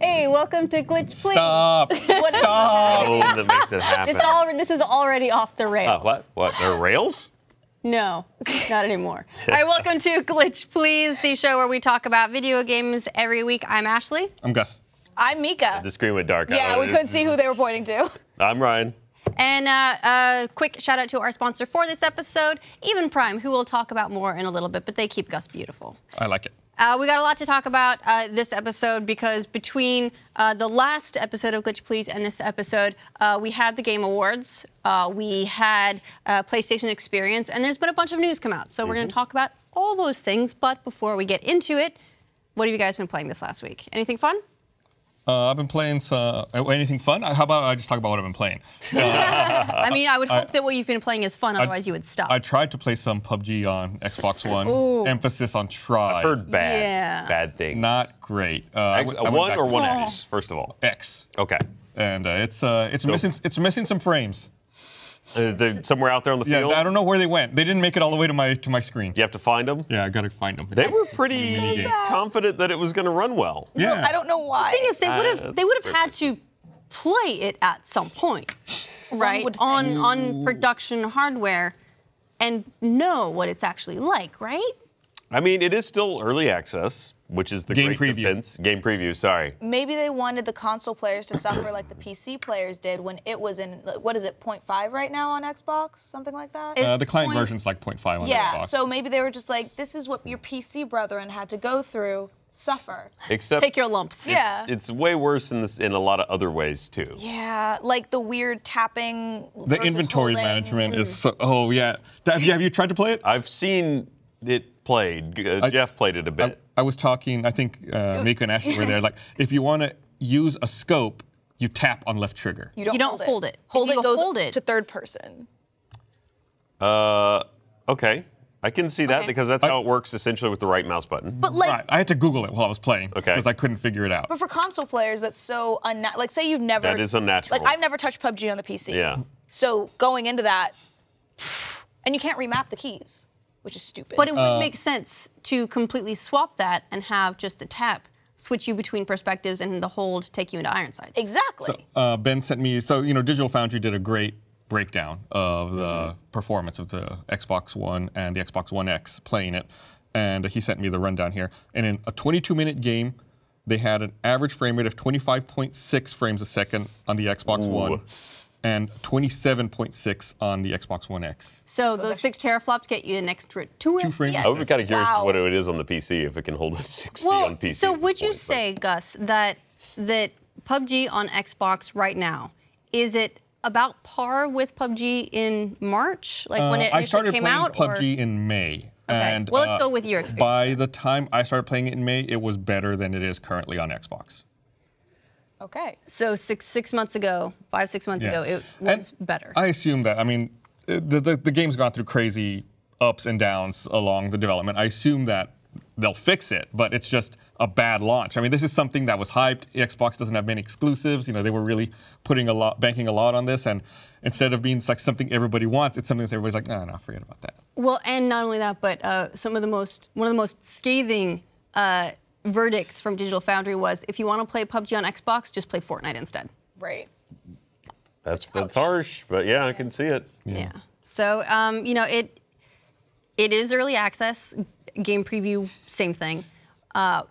welcome to Glitch Please. Stop. Stop. Oh, that makes it happen. It's all, this is already off the rail. Uh, what? What? There are rails? No, not anymore. All right, welcome to Glitch Please, the show where we talk about video games every week. I'm Ashley. I'm Gus. I'm Mika. The screen went dark. I yeah, don't we know. could see who they were pointing to. I'm Ryan. And uh, a quick shout out to our sponsor for this episode, Even Prime, who we'll talk about more in a little bit, but they keep Gus beautiful. I like it. Uh, we got a lot to talk about uh, this episode because between uh, the last episode of Glitch Please and this episode, uh, we had the Game Awards, uh, we had uh, PlayStation Experience, and there's been a bunch of news come out. So we're Mm-hmm. going to talk about all those things. But before we get into it, what have you guys been playing this last week? Anything fun? Uh, I've been playing some, uh, anything fun. Uh, How about I just talk about what I've been playing? I mean, I would hope that what you've been playing is fun, otherwise you would stop. Uh, I tried to play some PUBG on Xbox One. Emphasis on try. Heard bad. Yeah. Bad things. Not great. Uh, I Actually, went- I went one back or to one X, first of all. X. Okay. And uh, it's uh, it's missing it's missing some frames. Uh, they're somewhere out there on the Yeah, field. I don't know where they went. They didn't make it all the way to my to my screen. You have to find them. Yeah, I gotta find them. They were pretty mini game. confident that it was going to run well. yeah. I don't know why. thing is, they Uh, would have they would have had to play it at some point, right? would On on production hardware, and know what it's actually like, right? I mean, it is still early access, which is the Game great preview. defense. Game preview. Sorry. Maybe they wanted the console players to suffer like the PC players did when it was in like, what is it 0.5 right now on Xbox, something like that. It- Uh, the client Point- version's like 0.5 on yeah, Xbox. so maybe they were just like, this is what your PC brethren had to go through, suffer. Except Take your lumps. Yeah. it's way worse in this in a lot of other ways too. Yeah, like the weird tapping. the versus inventory holding. Mm. management is so. Oh yeah. Have you, have you tried to play it? I've seen it played. G- uh, I- Jeff played it a I, bit. I was talking. I think uh, Mika and Ashley were there. Like, if you want to use a scope, you tap on left trigger. You don't, You don't hold, hold it. it. Hold If it you goes hold it- to third person. uh, okay, I can see that Okay. because that's how it works essentially with the right mouse button. But like right. I had to Google it while I was playing Okay. because I couldn't figure it out. But for console players, that's so unnatural. Like, say you've never. That is unnatural. Like, I've never touched PUBG on the PC. Yeah. So going into that, and you can't remap the keys, which is stupid. But it would Uh, make sense to completely swap that and have just the tap switch you between perspectives and the hold take you into Ironside. exactly. Uh, ben sent me. So you know, Digital Foundry did a great breakdown of the performance of the Xbox One and the Xbox One X playing it, and he sent me the rundown here. And in a 22-minute game. They had an average frame rate of 25.6 frames a second on the Xbox One and 27.6 on the Xbox One X. So those six teraflops get you an extra two, Two frames. I would be kind of curious Wow. what it is on the PC if it can hold a 60 Well, on PC. so at would this you point, but- say, Gus, that that PUBG on Xbox right now is it about par with PUBG in March, like when Uh, it I initially started came playing out? PUBG or? in May. And, uh, Well, let's go with your experience By the time I started playing it in May, it was better than it is currently on Xbox. okay. So six six months ago, five six months Yeah. ago, it And was better. I assume that. I mean, uh, the, the, the game's gone through crazy ups and downs along the development. I assume that they'll fix it, but it's just a bad launch. I mean, this is something that was hyped. Xbox doesn't have many exclusives. You know, they were really putting a lot, banking a lot on this, and instead of being like something everybody wants, it's something that everybody's like, no, no, forget about that. Well, and not only that, but uh, some of the most one of the most scathing uh, verdicts from Digital Foundry was, if you want to play PUBG on Xbox, just play Fortnite instead. Right. That's that's harsh, but yeah, I can see it. Yeah. So um, you know it it is early access game preview same thing. Uh,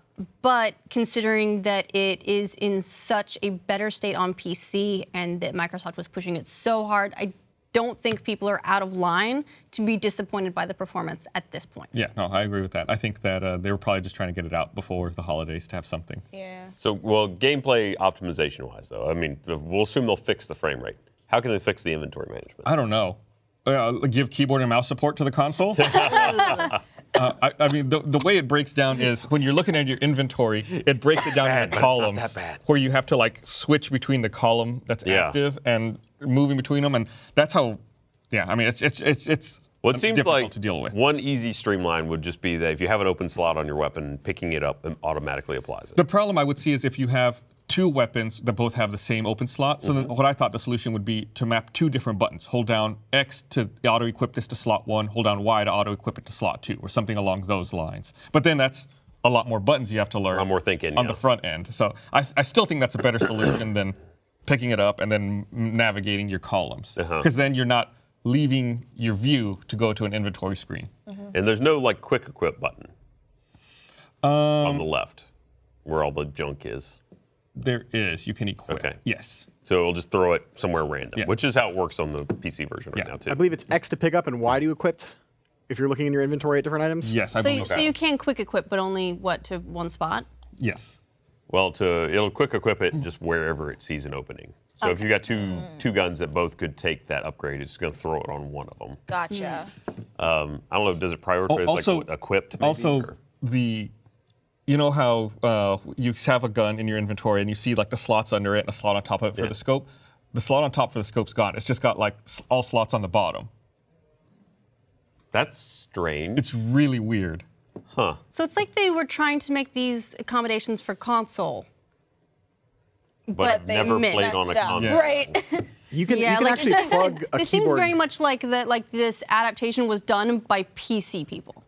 but considering that it is in such a better state on PC and that Microsoft was pushing it so hard, I don't think people are out of line to be disappointed by the performance at this point. Yeah, no, I agree with that. I think that uh, they were probably just trying to get it out before the holidays to have something. Yeah. So, well, gameplay optimization wise, though, I mean, we'll assume they'll fix the frame rate. How can they fix the inventory management? I don't know. Uh, give keyboard and mouse support to the console. uh, I, I mean, the, the way it breaks down is when you're looking at your inventory, it breaks it down bad, but into it's not columns that bad. where you have to like switch between the column that's Yeah. active and moving between them, and that's how. Yeah, I mean, it's it's it's it's Well, it seems difficult like to deal with. one easy streamline would just be that if you have an open slot on your weapon, picking it up and automatically applies it. The problem I would see is if you have two weapons that both have the same open slot. So Mm-hmm. then what I thought the solution would be to map two different buttons. Hold down X to auto equip this to slot one, hold down Y to auto equip it to slot two, or something along those lines. But then that's a lot more buttons you have to learn. lot more thinking, on yeah. the front end. So I, I still think that's a better solution than picking it up and then navigating your columns because Uh-huh. then you're not leaving your view to go to an inventory screen. And there's no like quick equip button on the Um, left where all the junk is. There is you can equip. Okay. Yes. So it'll just throw it somewhere random, Yeah. which is how it works on the PC version right Yeah. now too. I believe it's X to pick up and Y to equip if you're looking in your inventory at different items. Yes. I So, believe. you, so you can quick equip, but only what to one spot. Yes. Well, to it'll quick equip it just wherever it sees an opening. So if you got two two guns that both could take that upgrade, it's going to throw it on one of them. Gotcha. Um, I don't know. Does it prioritize also like equipped? Maybe, also or- the you know how uh, you have a gun in your inventory and you see like the slots under it and a slot on top of it for the scope the slot on top for the scope's gone it's just got like s- all slots on the bottom that's strange. it's really weird So it's like they were trying to make these accommodations for console. but I've they never missed. played on a Messed up. console. Yeah. Right. You can, Yeah, you can like actually it's- plug a this seems keyboard. very much like that. Like this adaptation was done by PC people.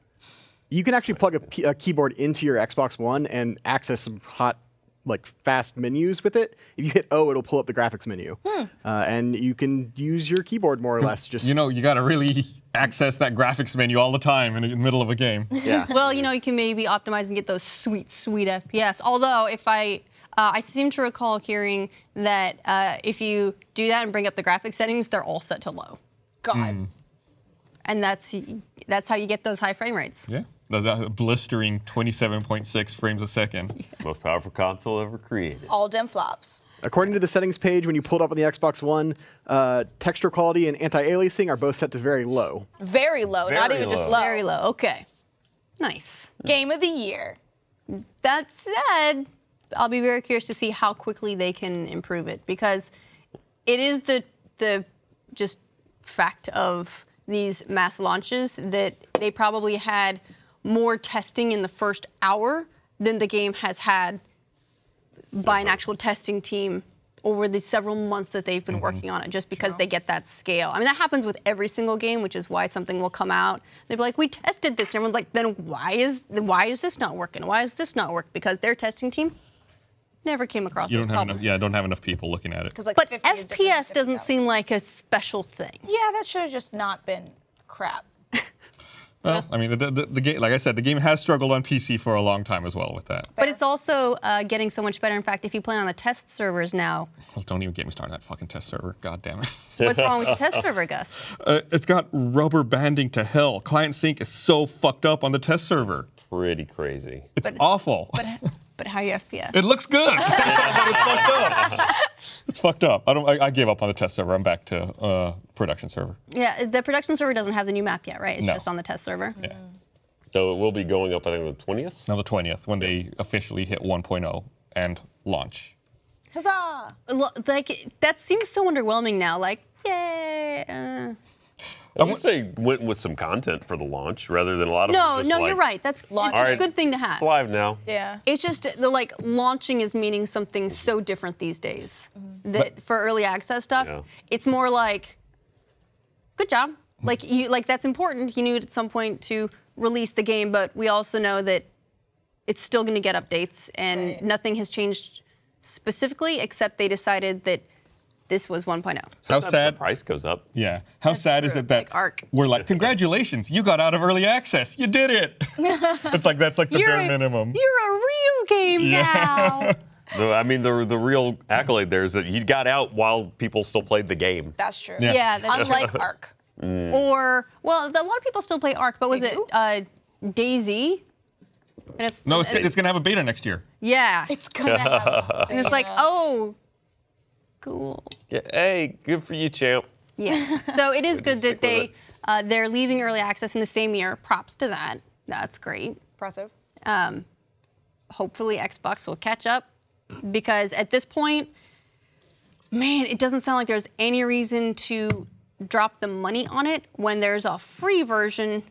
you can actually plug a, p- a keyboard into your Xbox One and access some hot, like fast menus with it. If you hit O, it'll pull up the graphics menu, Hmm. uh, and you can use your keyboard more or less. Just you know you got to really access that graphics menu all the time in the middle of a game yeah. Well, you know, you can maybe optimize and get those sweet, sweet FPS. Although, if I, uh, I seem to recall hearing that uh, if you do that and bring up the graphic settings, they're all set to low, God. Hmm. and that's that's how you get those high frame rates. yeah the, the blistering 27.6 frames a second Most powerful console ever created. All dim flops. According to the settings page, when you pull it up on the Xbox One, uh, texture quality and anti-aliasing are both set to very low. Very low. not Very even just low. low. Very low. Okay, nice. Game of the year. That said, I'll be very curious to see how quickly they can improve it because it is the the just fact of these mass launches that they probably had more testing in the first hour than the game has had by an actual testing team over the several months that they've been Mm-hmm. working on it just because they get that scale. I mean that happens with every single game, which is why something will come out. They'll be like, we tested this. And everyone's like, then why is why is this not working? Why is this not work? Because their testing team never came across you those don't have enough problems. yeah don't have enough people looking at it Because like But 50 is different FPS than doesn't 50,000. seem like a special thing. Yeah, that should have just not been crap. uh well i mean the, the, the game like i said the game has struggled on pc for a long time as well with that But it's also uh, getting so much better. In fact, if you play on the test servers now, well, don't even get me started on that fucking test server god damn it what's wrong with the test server, Gus? Uh, it's got rubber banding to hell. Client sync is so fucked up on the test server. Pretty crazy. It's awful. But how your FPS? it looks good. but it's fucked up. It's fucked up. I don't. I, I gave up on the test server. I'm back to uh, production server. yeah, the production server doesn't have the new map yet, right? It's No. just on the test server. Yeah. So it will be going up. I think the twentieth. Now the 20th when they officially hit 1.0 and launch. Huzzah! Lo- Like that seems so underwhelming now. Like, yay. Uh, I would say went with some content for the launch rather than a lot of. no, them just no, like, you're right. That's it's Launch. a Alright. good thing to have. It's live now. Yeah. It's just the like launching is meaning something so different these days. That for early access stuff, Yeah. it's more like, good job. Like you like that's important. You need at some point to release the game, but we also know that it's still going to get updates, and Right. nothing has changed specifically except they decided that this was oh. 1.0. How Sometimes sad- The price goes up. Yeah. How sad is true, it that like Arc. we're like, congratulations, you got out of early access. You did it. it's like that's like the bare a, minimum. You're a real game now. No, I mean the the real accolade there is that you got out while people still played the game. That's true. Yeah. yeah, that's Unlike Ark. or well, the- a lot of people still play Ark, but was They it do? uh, Daisy? And it's No, it's, and- it's gonna have a beta next year. yeah, It's gonna happen. and it's like oh, cool. Yeah, hey, good for you, champ. Yeah, so it is good that stick with they it. uh, they're leaving early access in the same year. Props to that. That's great. Impressive. Hopefully Xbox will catch up because at this point, man, it doesn't sound like there's any reason to drop the money on it when there's a free version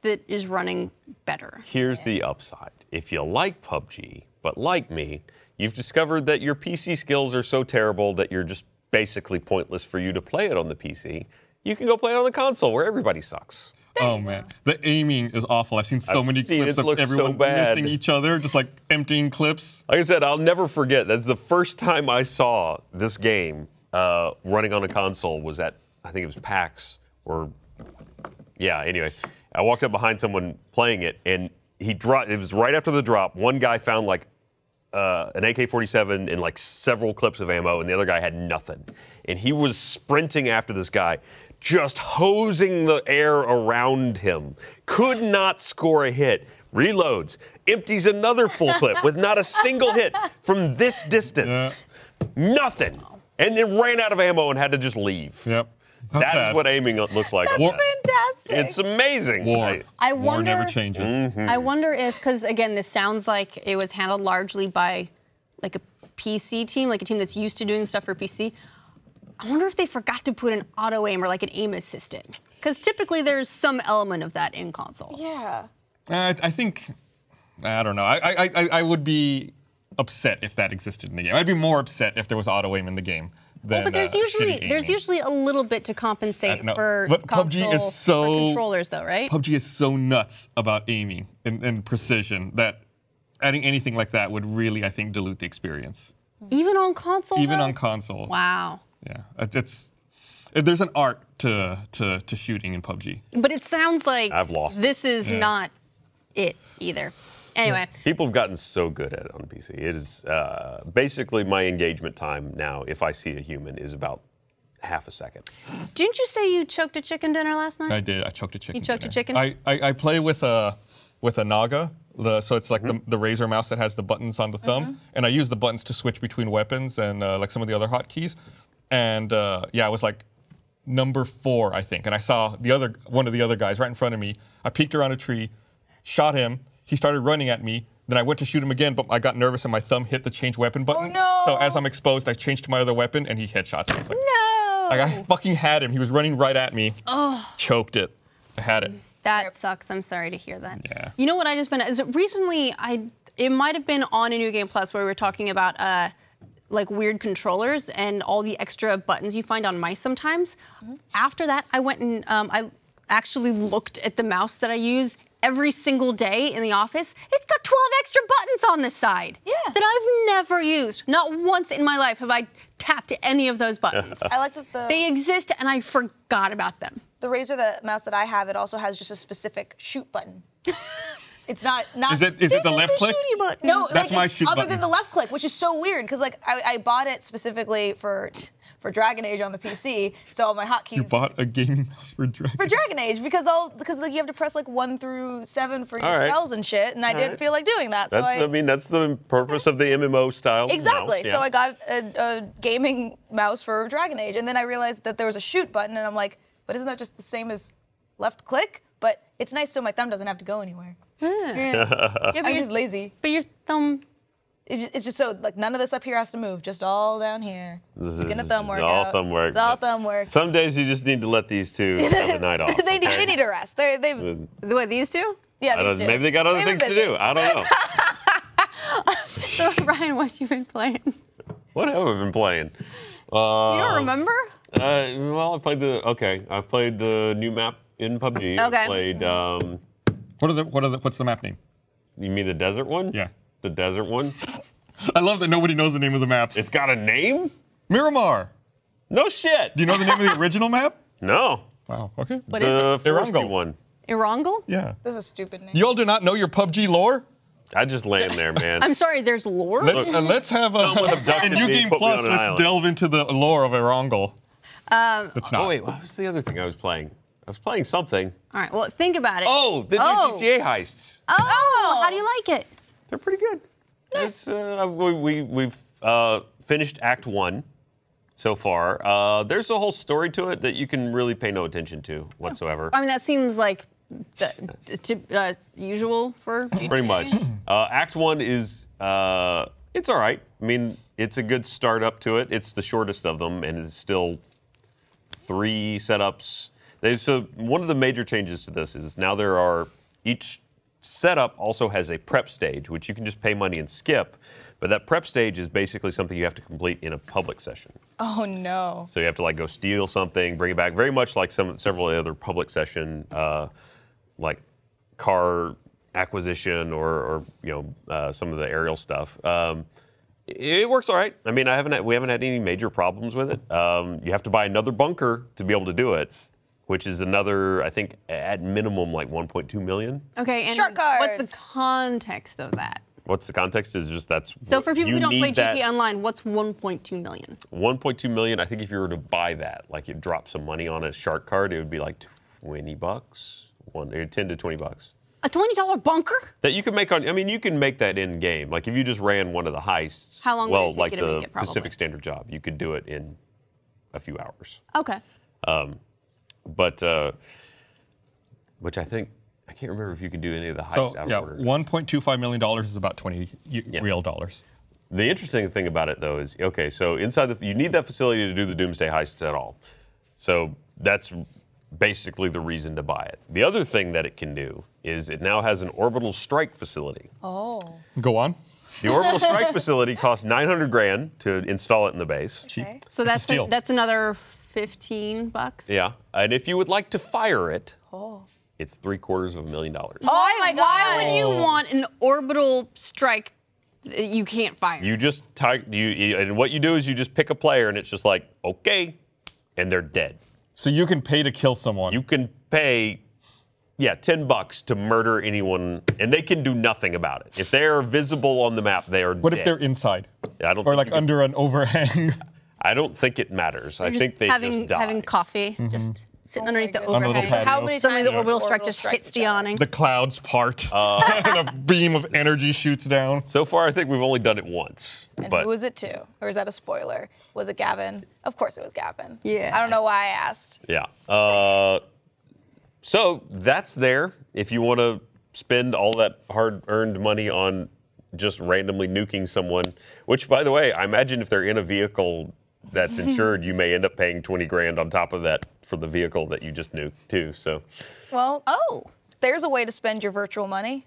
that is running better. Here's the upside. If you like PUBG, but like me, you've discovered that your PC skills are so terrible that you're just basically pointless for you to play it on the PC. You can go play it on the console where everybody sucks. oh man, the aiming is awful. I've seen so I've many seen clips it of look so everyone bad. missing each other, just like emptying clips. Like I said, I'll never forget. That's the first time I saw this game uh, running on a console was at I think it was PAX or yeah. Anyway, I walked up behind someone playing it, and he dropped. It was right after the drop. One guy found like uh, an AK-47 and like several clips of ammo, and the other guy had nothing. And he was sprinting after this guy, just hosing the air around him. Could not score a hit. Reloads, empties another full clip with not a single hit from this distance. Nothing. And then ran out of ammo and had to just leave. Yep. That's That sad. is what aiming looks like. That's fantastic. It's amazing. War. I- I War never wonder- changes. Mm. I wonder if, because again, this sounds like it was handled largely by like a PC team, like a team that's used to doing stuff for PC. I wonder if they forgot to put an auto aim or like an aim assistant, because typically there's some element of that in console. yeah. Uh, I, I think I don't know. I, I I I would be upset if that existed in the game. I'd be more upset if there was auto aim in the game. Well, Than, but there's uh, usually shitty there's aiming. usually a little bit to compensate Uh, no. for But PUBG console is for so- controllers, though, right? PUBG is so nuts about aiming and, and precision that adding anything like that would really, I think, dilute the experience. Even on console. Even though? on console. Wow. Yeah, it- it's it- there's an art to to to shooting in PUBG. But it sounds like I've lost this is not it either. Anyway, People have gotten so good at it on PC. It is uh, basically my engagement time now, if I see a human, is about half a second. didn't you say you choked a chicken dinner last night? I did. I choked a chicken. choked a dinner. chicken? I, I, I play with a with a Naga. The, so it's like the, the Razer mouse that has the buttons Uh-huh. on the thumb, and I use the buttons to switch between weapons and uh, like some of the other hotkeys. And uh, yeah, I was like number four, I think. And I saw the other one of the other guys right in front of me. I peeked around a tree, shot him. He started running at me. Then I went to shoot him again, but I got nervous and my thumb hit the change weapon Oh, button. no. So as I'm exposed, I changed to my other weapon, and he headshots me. It's like, No. like I fucking had him. He was running right at me. Choked it. I had it. That sucks. I'm sorry to hear that. Yeah. You know what I just been is that recently I it might have been on a new game plus where we were talking about uh like weird controllers and all the extra buttons you find on mice sometimes. After that, I went and um, I actually looked at the mouse that I use every single day in the office. It's got 12 extra buttons on the side Yeah. that I've never used. Not once in my life have I tapped any of those buttons. I like that the they exist and I forgot about them. the razor the mouse that I have it also has just a specific shoot button. it's not not. Is it is it the is left the click? shooty button. No, That's like, my it's shoot other button. than the left click, which is so weird because like I, I bought it specifically for for Dragon Age on the PC, so my You hotkeys bought a gaming mouse for Dragon. for Dragon Age because all because like you have to press like one through seven for your All right. spells and shit, and I didn't right. feel like doing that, so That's, I, I. mean, that's the purpose of the MMO style. mouse, Exactly. So yeah. I got a, a gaming mouse for Dragon Age, and then I realized that there was a shoot button, and I'm like, but isn't that just the same as left click? But it's nice so my thumb doesn't have to go anywhere. Yeah, but I'm your- just lazy. But your thumb. It's just, it's just so like none of this up here has to move, just all down here. It's gonna is thumb work. all out. thumb work. It's all thumb work. Some days you just need to let these two have a night off. they, need, okay? they need a rest. They they The way these two? yeah. I These don't- do. Maybe they got other They've been things to busy. do. I don't know. So Ryan, what you been playing? You what have I been playing? Um, don't remember? Uh, well, I played the okay. I played the new map in PUBG. I Okay. Played. Um, What are the what are the what's the map name? you mean the desert one? Yeah. The desert one. I love that nobody knows the name of the maps. It's got a name. Miramar. No shit. Do you know the name of the original map? No. Wow. Okay. What is The it? foresty Irango. one. Irongle? Yeah. This is a stupid name. You all do not know your PUBG lore. I just land there, man. I'm sorry, there's lore? Let's uh, let's have a abducted in New me, Game put me Plus. on an Let's island. delve into the lore of Irangal. Um, it's not. oh wait, what was the other thing I was playing? I was playing something. All right, well, think about it. Oh, the Oh. new GTA heists. Oh, how do you like it? They're pretty good. Nice. Uh, we, we, we've uh, finished Act One so far. Uh, there's a whole story to it that you can really pay no attention to Oh. whatsoever. I mean, that seems like the, the typ- uh, usual for. pretty much. Uh, act one is uh, it's all right. I mean, it's a good start up to it. It's the shortest of them, and it's still three setups. They, so one of the major changes to this is now there are each setup also has a prep stage, which you can just pay money and skip. But that prep stage is basically something you have to complete in a public session. Oh no. So you have to like go steal something, bring it back. Very much like some several of the other public session, uh, like car acquisition or, or you know uh, some of the aerial stuff. Um, it, it works all right. I mean, I haven't had, we haven't had any major problems with it. Um, you have to buy another bunker to be able to do it, which is another I think at minimum like 1.2 million. Okay, and Shark what's cards. the context of that? What's the context? Is just that's So for people you who don't play need that- GTA Online, what's 1.2 million? 1.2 million. I think if you were to buy that, like you drop some money on a shark card, it would be like 20 bucks, one, or 10 to 20 bucks. A $20 bunker? That you can make on. I mean, you can make that in game. Like if you just ran one of the heists. How long would it well, take like you to the make it, probably? Pacific Standard Job, you could do it in a few hours. Okay. But uh, which I think I can't remember if you could do any of the heists So out of yeah, order. 1.25 million dollars is about 20 y- real dollars. The interesting thing about it, though, is okay. So inside the, you need that facility to do the doomsday heists at all. So that's basically the reason to buy it. The other thing that it can do is it now has an orbital strike facility. Oh. Go on. The orbital strike facility costs 900 grand to install it in the base. Okay. So It's a that's steal. that's another 15 bucks. Yeah, and if you would like to fire it, it's three quarters of a million dollars. Oh my god. Why would you want an orbital strike that you can't fire? You just type you, you, and what you do is you just pick a player, and it's just like okay, and they're dead. So you can pay to kill someone. you can pay yeah 10 bucks to murder anyone and they can do nothing about it if they're visible on the map they are what dead. if they're inside? I don't or think like you can- under an overhang. i don't think it matters i You're think just they having just die having coffee, just sitting underneath the Oh goodness. On a little overhang. patio. Mm-hmm. How many times Suddenly the does orbital strike just hits each the other? awning. the clouds part and a beam of energy shoots down. so far i think we've only done it once And but who was it to? Or is that a spoiler? Was it Gavin? Of course it was Gavin. Yeah. I don't know why I asked. yeah uh, so that's there if you want to spend all that hard-earned money on just randomly nuking someone which by the way i imagine if they're in a vehicle that's insured you may end up paying 20 grand on top of that for the vehicle that you just nuked too so Well, oh, there's a way to spend your virtual money.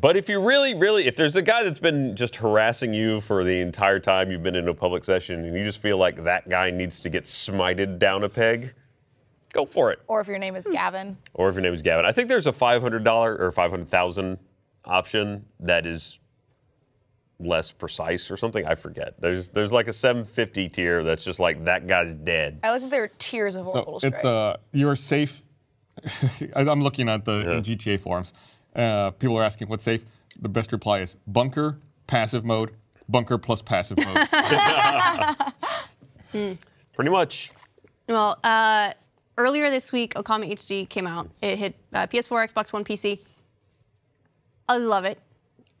But if you really, really, if there's a guy that's been just harassing you for the entire time you've been in a public session and you just feel like that guy needs to get smited down a peg, go for it. Or if your name is Gavin. Or if your name is Gavin. I think there's a $500 or 500,000 option that is less precise or something. I forget. There's there's like a 750 tier that's just like that guy's dead. I like that there are tiers of So orbital strikes. it's uh, you're safe. I- I'm looking at the in GTA forums. Uh, people are asking what's safe. The best reply is bunker, passive mode, bunker plus passive mode. Pretty much. well, uh, earlier this week, Okami HD came out. It hit uh, PS4, Xbox One, PC. I love it.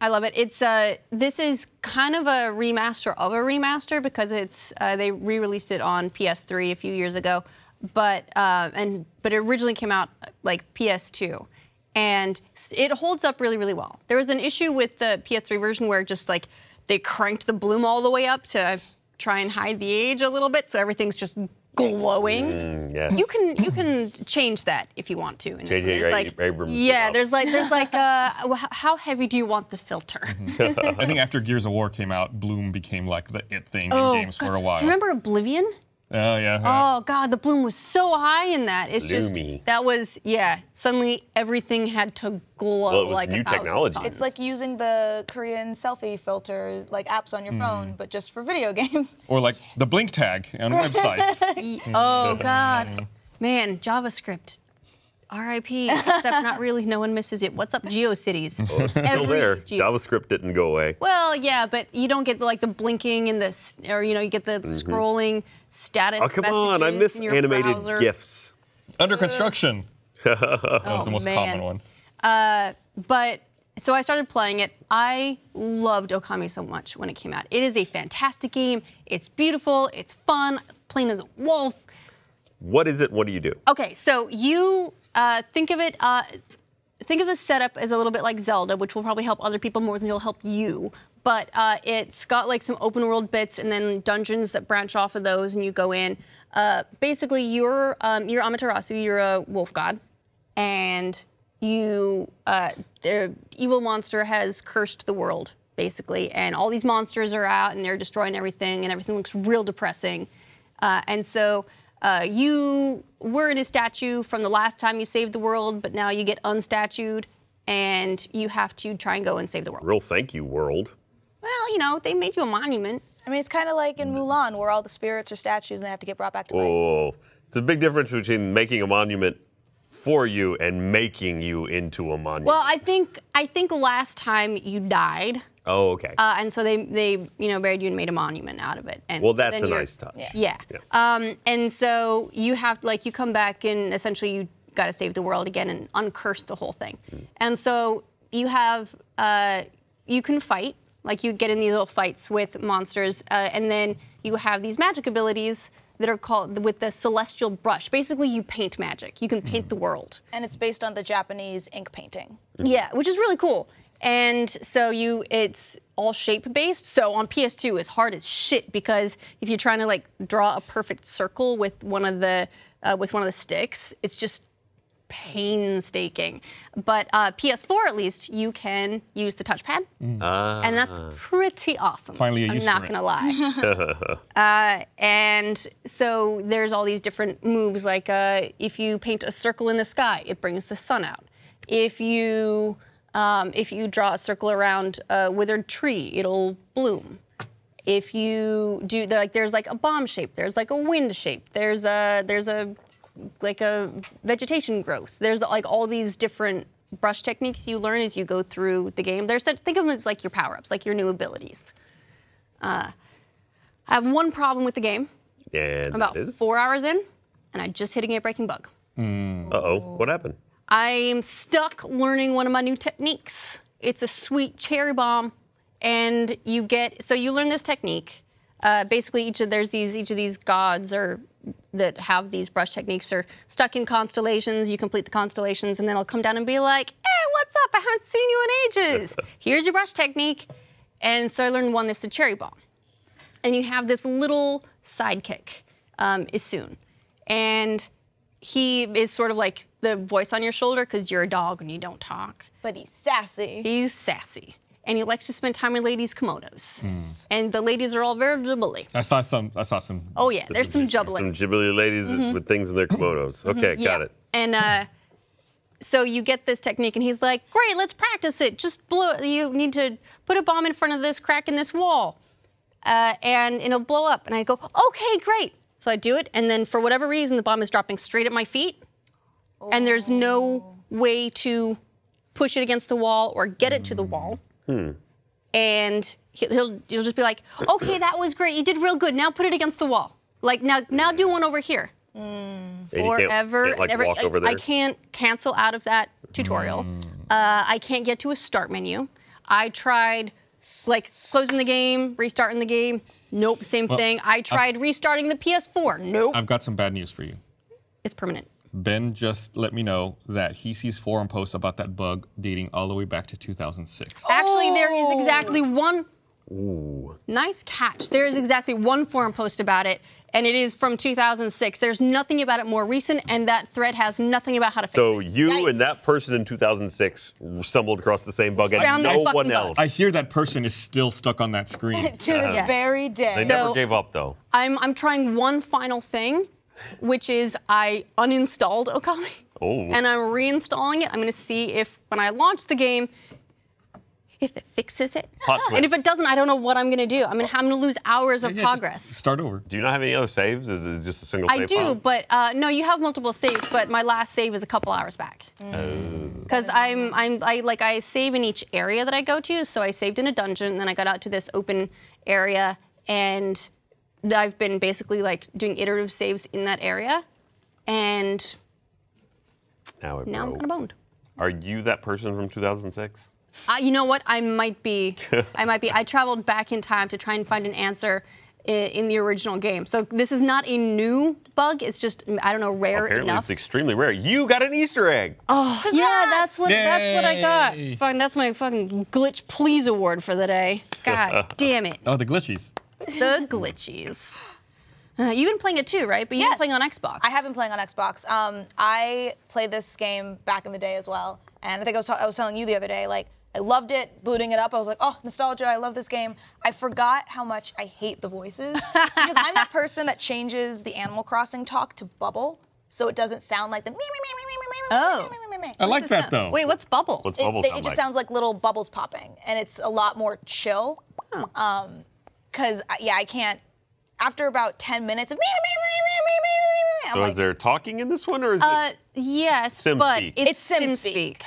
I love it. It's uh, this is kind of a remaster of a remaster because it's uh, they re-released it on PS3 a few years ago, but uh, and but it originally came out uh, like PS2, and s- it holds up really really well. There was an issue with the PS3 version where just like they cranked the bloom all the way up to try and hide the age a little bit, so everything's just glowing Yes. you can you can change that if you want to. in this JJ one. There's Ra- like, Abrams did yeah, that. there's like there's like uh, wh- how heavy do you want the filter? I think after Gears of War came out, Bloom became like the it thing Oh, in games for a God. while. Do you remember Oblivion? Oh yeah. Oh God, the bloom was so high in that. It's Bloomy. just that was yeah. Suddenly everything had to glow Well, it was like a new thousand technology. suns. It's like using the Korean selfie filter, like apps on your phone, Hmm. but just for video games. Or like the blink tag on websites. E- oh God, man, JavaScript. R.I.P. Except not really. No one misses it. What's up, GeoCities? Oh, It's still Every there. Geo- JavaScript didn't go away. Well, yeah, but you don't get the, like the blinking and the s- or you know you get the scrolling status. Mm-hmm. Oh, come messages on. I miss in your animated browser. GIFs. Under construction. that was Oh, the most man. common one. Uh, But so I started playing it. I loved Okami so much when it came out. It is a fantastic game. It's beautiful. It's fun. Plain as a wolf. What is it? What do you do? Okay, so you uh, think of it. Uh, think of the setup as a little bit like Zelda, which will probably help other people more than it'll help you. But uh, it's got like some open world bits and then dungeons that branch off of those, and you go in. Uh, basically, you're um, you're Amaterasu, you're a wolf god, and you uh, the evil monster has cursed the world basically, and all these monsters are out and they're destroying everything, and everything looks real depressing. Uh, and so uh, you were in a statue from the last time you saved the world, but now you get unstatued, and you have to try and go and save the world. Real thank you, world. Well, you know, they made you a monument. I mean, it's kind of like in Hmm. Mulan, where all the spirits are statues and they have to get brought back to life. Oh, the big difference between making a monument for you and making you into a monument. Well, I think I think last time you died, oh, okay. uh, and so they they you know buried you and made a monument out of it. And well, so that's then a you're- nice touch. Yeah. Yeah. Um, and so you have like you come back and essentially you got to save the world again and uncurse the whole thing. And so you have uh, you can fight like you get in these little fights with monsters, uh, and then you have these magic abilities that are called with the celestial brush. Basically, you paint magic. You can paint the world. And it's based on the Japanese ink painting. Yeah, which is really cool. And so you, it's all shape based. So on PS2, it's hard as shit because if you're trying to like draw a perfect circle with one of the uh, with one of the sticks, it's just painstaking. But uh, PS4, at least, you can use the touchpad, and that's pretty awesome. Finally a I'm use not for it. gonna lie. Uh, and so there's all these different moves. Like uh, if you paint a circle in the sky, it brings the sun out. If you um, if you draw a circle around a withered tree, it'll bloom. If you do like there's like a bomb shape, there's like a wind shape, there's a there's a like a vegetation growth. There's like all these different brush techniques you learn as you go through the game. There's think of them as like your power ups, like your new abilities. Uh, I have one problem with the game. and I'm about it is- four hours in, and I just hit a game breaking bug. Oh. Uh-oh, what happened? I'm stuck learning one of my new techniques. It's a sweet cherry bomb, and you get so you learn this technique. Uh, basically, each of there's these each of these gods or that have these brush techniques are stuck in constellations. You complete the constellations, and then I'll come down and be like, "Hey, what's up? I haven't seen you in ages. Here's your brush technique." And so I learned one that's the cherry bomb and you have this little sidekick, um, Isun, and he is sort of like the voice on your shoulder because you're a dog and you don't talk. But he's sassy. He's sassy, and he likes to spend time with ladies' kimonos, Hmm. and the ladies are all very jubbly. I saw some. I saw some. Oh yeah, there's some jubbling. Oh. Some Ghibli ladies with things in their kimonos. Okay, got Mm-hmm. Yeah. it. And uh, so you get this technique, and he's like, "Great, let's practice it. Just blow. You need to put a bomb in front of this crack in this wall, uh, and it'll blow up." And I go, "Okay, great." So I do it, and then for whatever reason, the bomb is dropping straight at my feet, and there's no way to push it against the wall or get it to the wall. Hmm. And he- he'll he'll just be like, "Okay, that was great. You did real good. Now put it against the wall. Like now now do one over here." And you can't- forever. can't, like, and every- walk I, over I there? Hmm. can't cancel out of that tutorial. Uh, I can't get to a start menu. I tried like closing the game, restarting the game. Nope, same thing. I tried restarting the PS4. Nope, I've got some bad news for you. it's permanent. Ben just let me know that he sees forum posts about that bug dating all the way back to 2006. Actually, there Oh. is exactly one. Nice catch. There is exactly one forum post about it, and it is from 2006. There's nothing about it more recent, and that thread has nothing about how to fix So it. you and that Yikes. person in 2006 stumbled across the same bug, and Found this no fucking one bug. else. I hear that person is still stuck on that screen. to this very They day. never So- gave up though. I'm I'm trying one final thing, which is I uninstalled Okami. Oh. And I'm reinstalling it. I'm gonna see if when I launch the game, if it fixes it. Plot And if twist. it doesn't, I don't know what I'm gonna do. I'm gonna, I'm gonna lose hours of Yeah, just progress. Start over. Do you not have any other saves? Is it just a single save I do, file? but uh, no, you have multiple saves. But my last save is a couple hours back. Oh. Because I'm, I'm, I like I save in each area that I go to. So I saved in a dungeon, then I got out to this open area, and th- I've been basically like doing iterative saves in that area, and now, it now I'm broke. kind of boned. Are you that person from 2006? Uh, you know what? I might be. I might be. I traveled back in time to try and find an answer i- in the original game. So this is not a new bug. It's just I don't know rare Apparently, enough. Oh, it's extremely rare. You got an Easter egg. Yeah, that's what that's what I Yay. got. Fucking, that's my fucking glitch please award for the day. God damn it, Oh, the glitchies. the glitchies. Uh, you've been playing it too, right? But you've Yes. been playing on Xbox. I have been playing on Xbox. Um, I played this game back in the day as well, and I think I was, ta- I was telling you the other day, like I loved it. Booting it up, I was like, oh, nostalgia. I love this game. I forgot how much I hate the voices because I'm that person that changes the Animal Crossing talk to bubble, so it doesn't sound like the me me me me me me me Oh. me me me me me. I like What's this that sound? though. Wait, what's bubble? What's It, bubble they- it sound just like? sounds like little bubbles popping, and it's a lot more chill. Um, cause I- yeah, I can't. After about ten minutes of me me me me me me me, me, I'm So like, is there talking in this one, or is Uh, it? yes, Sim but speak. it's, It's sim sim speak. speak.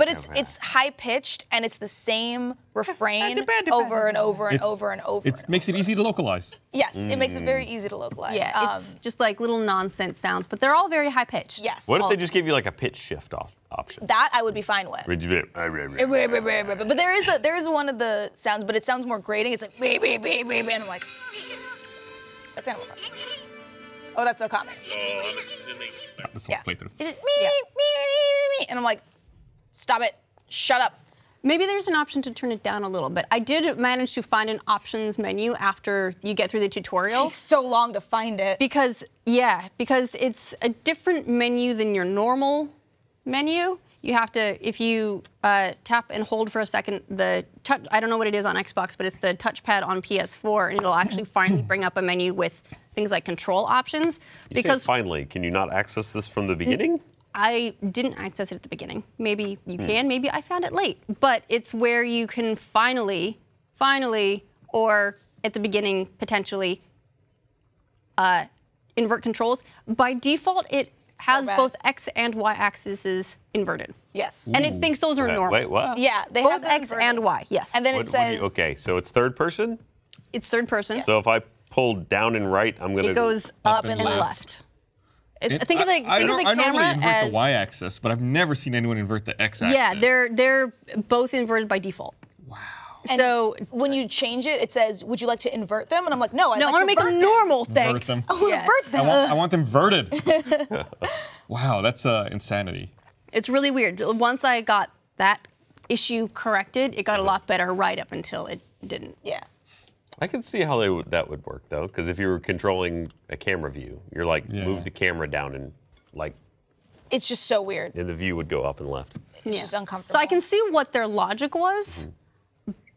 But it's it's high pitched and it's the same Uh, refrain over and over and It's- Mm. over and over. It and makes it easy to localize. over. Yes, it makes it very easy to localize. Yeah, Um, it's just like little nonsense sounds, but they're all very high pitched. yes. What if they all- just gave you like a pitch shift op- option? that I would be fine with. Would you be- uh, rah, rah, rah. But there is a, there is one of the sounds, but it sounds more grating. It's like beep beep beep beep, and I'm like, that's Animal Crossing. Oh, that's so common. Not This whole Yeah. playthrough. It's just me, me, me, and I'm like, stop it, shut up. Maybe there's an option to turn it down a little bit. I did manage to find an options menu after you get through the tutorial. Takes so long to find it. Because yeah, because it's a different menu than your normal menu. You have to if you uh, tap and hold for a second the touch. I don't know what it is on Xbox, but it's the touchpad on PS4, and it'll actually finally bring up a menu with things like control options. You say Because finally, can you not access this from the beginning? I didn't access it at the beginning. Maybe you Hmm. can, maybe I found it late. But it's where you can finally, finally, or at the beginning potentially uh, invert controls. By default, it So has bad. both X and Y axes inverted. Yes. And it thinks those are Okay, normal. Wait, what? yeah, they have Both them X inverted. and Y, yes. And then What- what it do says, you- okay, so it's third person. it's third person. So if I pull down and right, I'm gonna. it goes up, and left. It- It- think of the, I, think I, of the nor- I normally camera invert as the y-axis, but I've never seen anyone invert the x-axis. yeah, they're they're both inverted by default. Wow. So when you change it, it says, would you like to invert them? And I'm like, no, I'd No, I like want to to make them invert normal. Invert Thanks. them. I want to Yes. invert I them. want, I want them verted. wow, that's uh, insanity. It's really weird. Once I got that issue corrected, it got a lot better right up until it didn't. Yeah. I can see how they would, that would work though, because if you were controlling a camera view, you're like Yeah. move the camera down and like, It's just so weird. and the view would go up and left. It's just uncomfortable. So I can see what their logic was,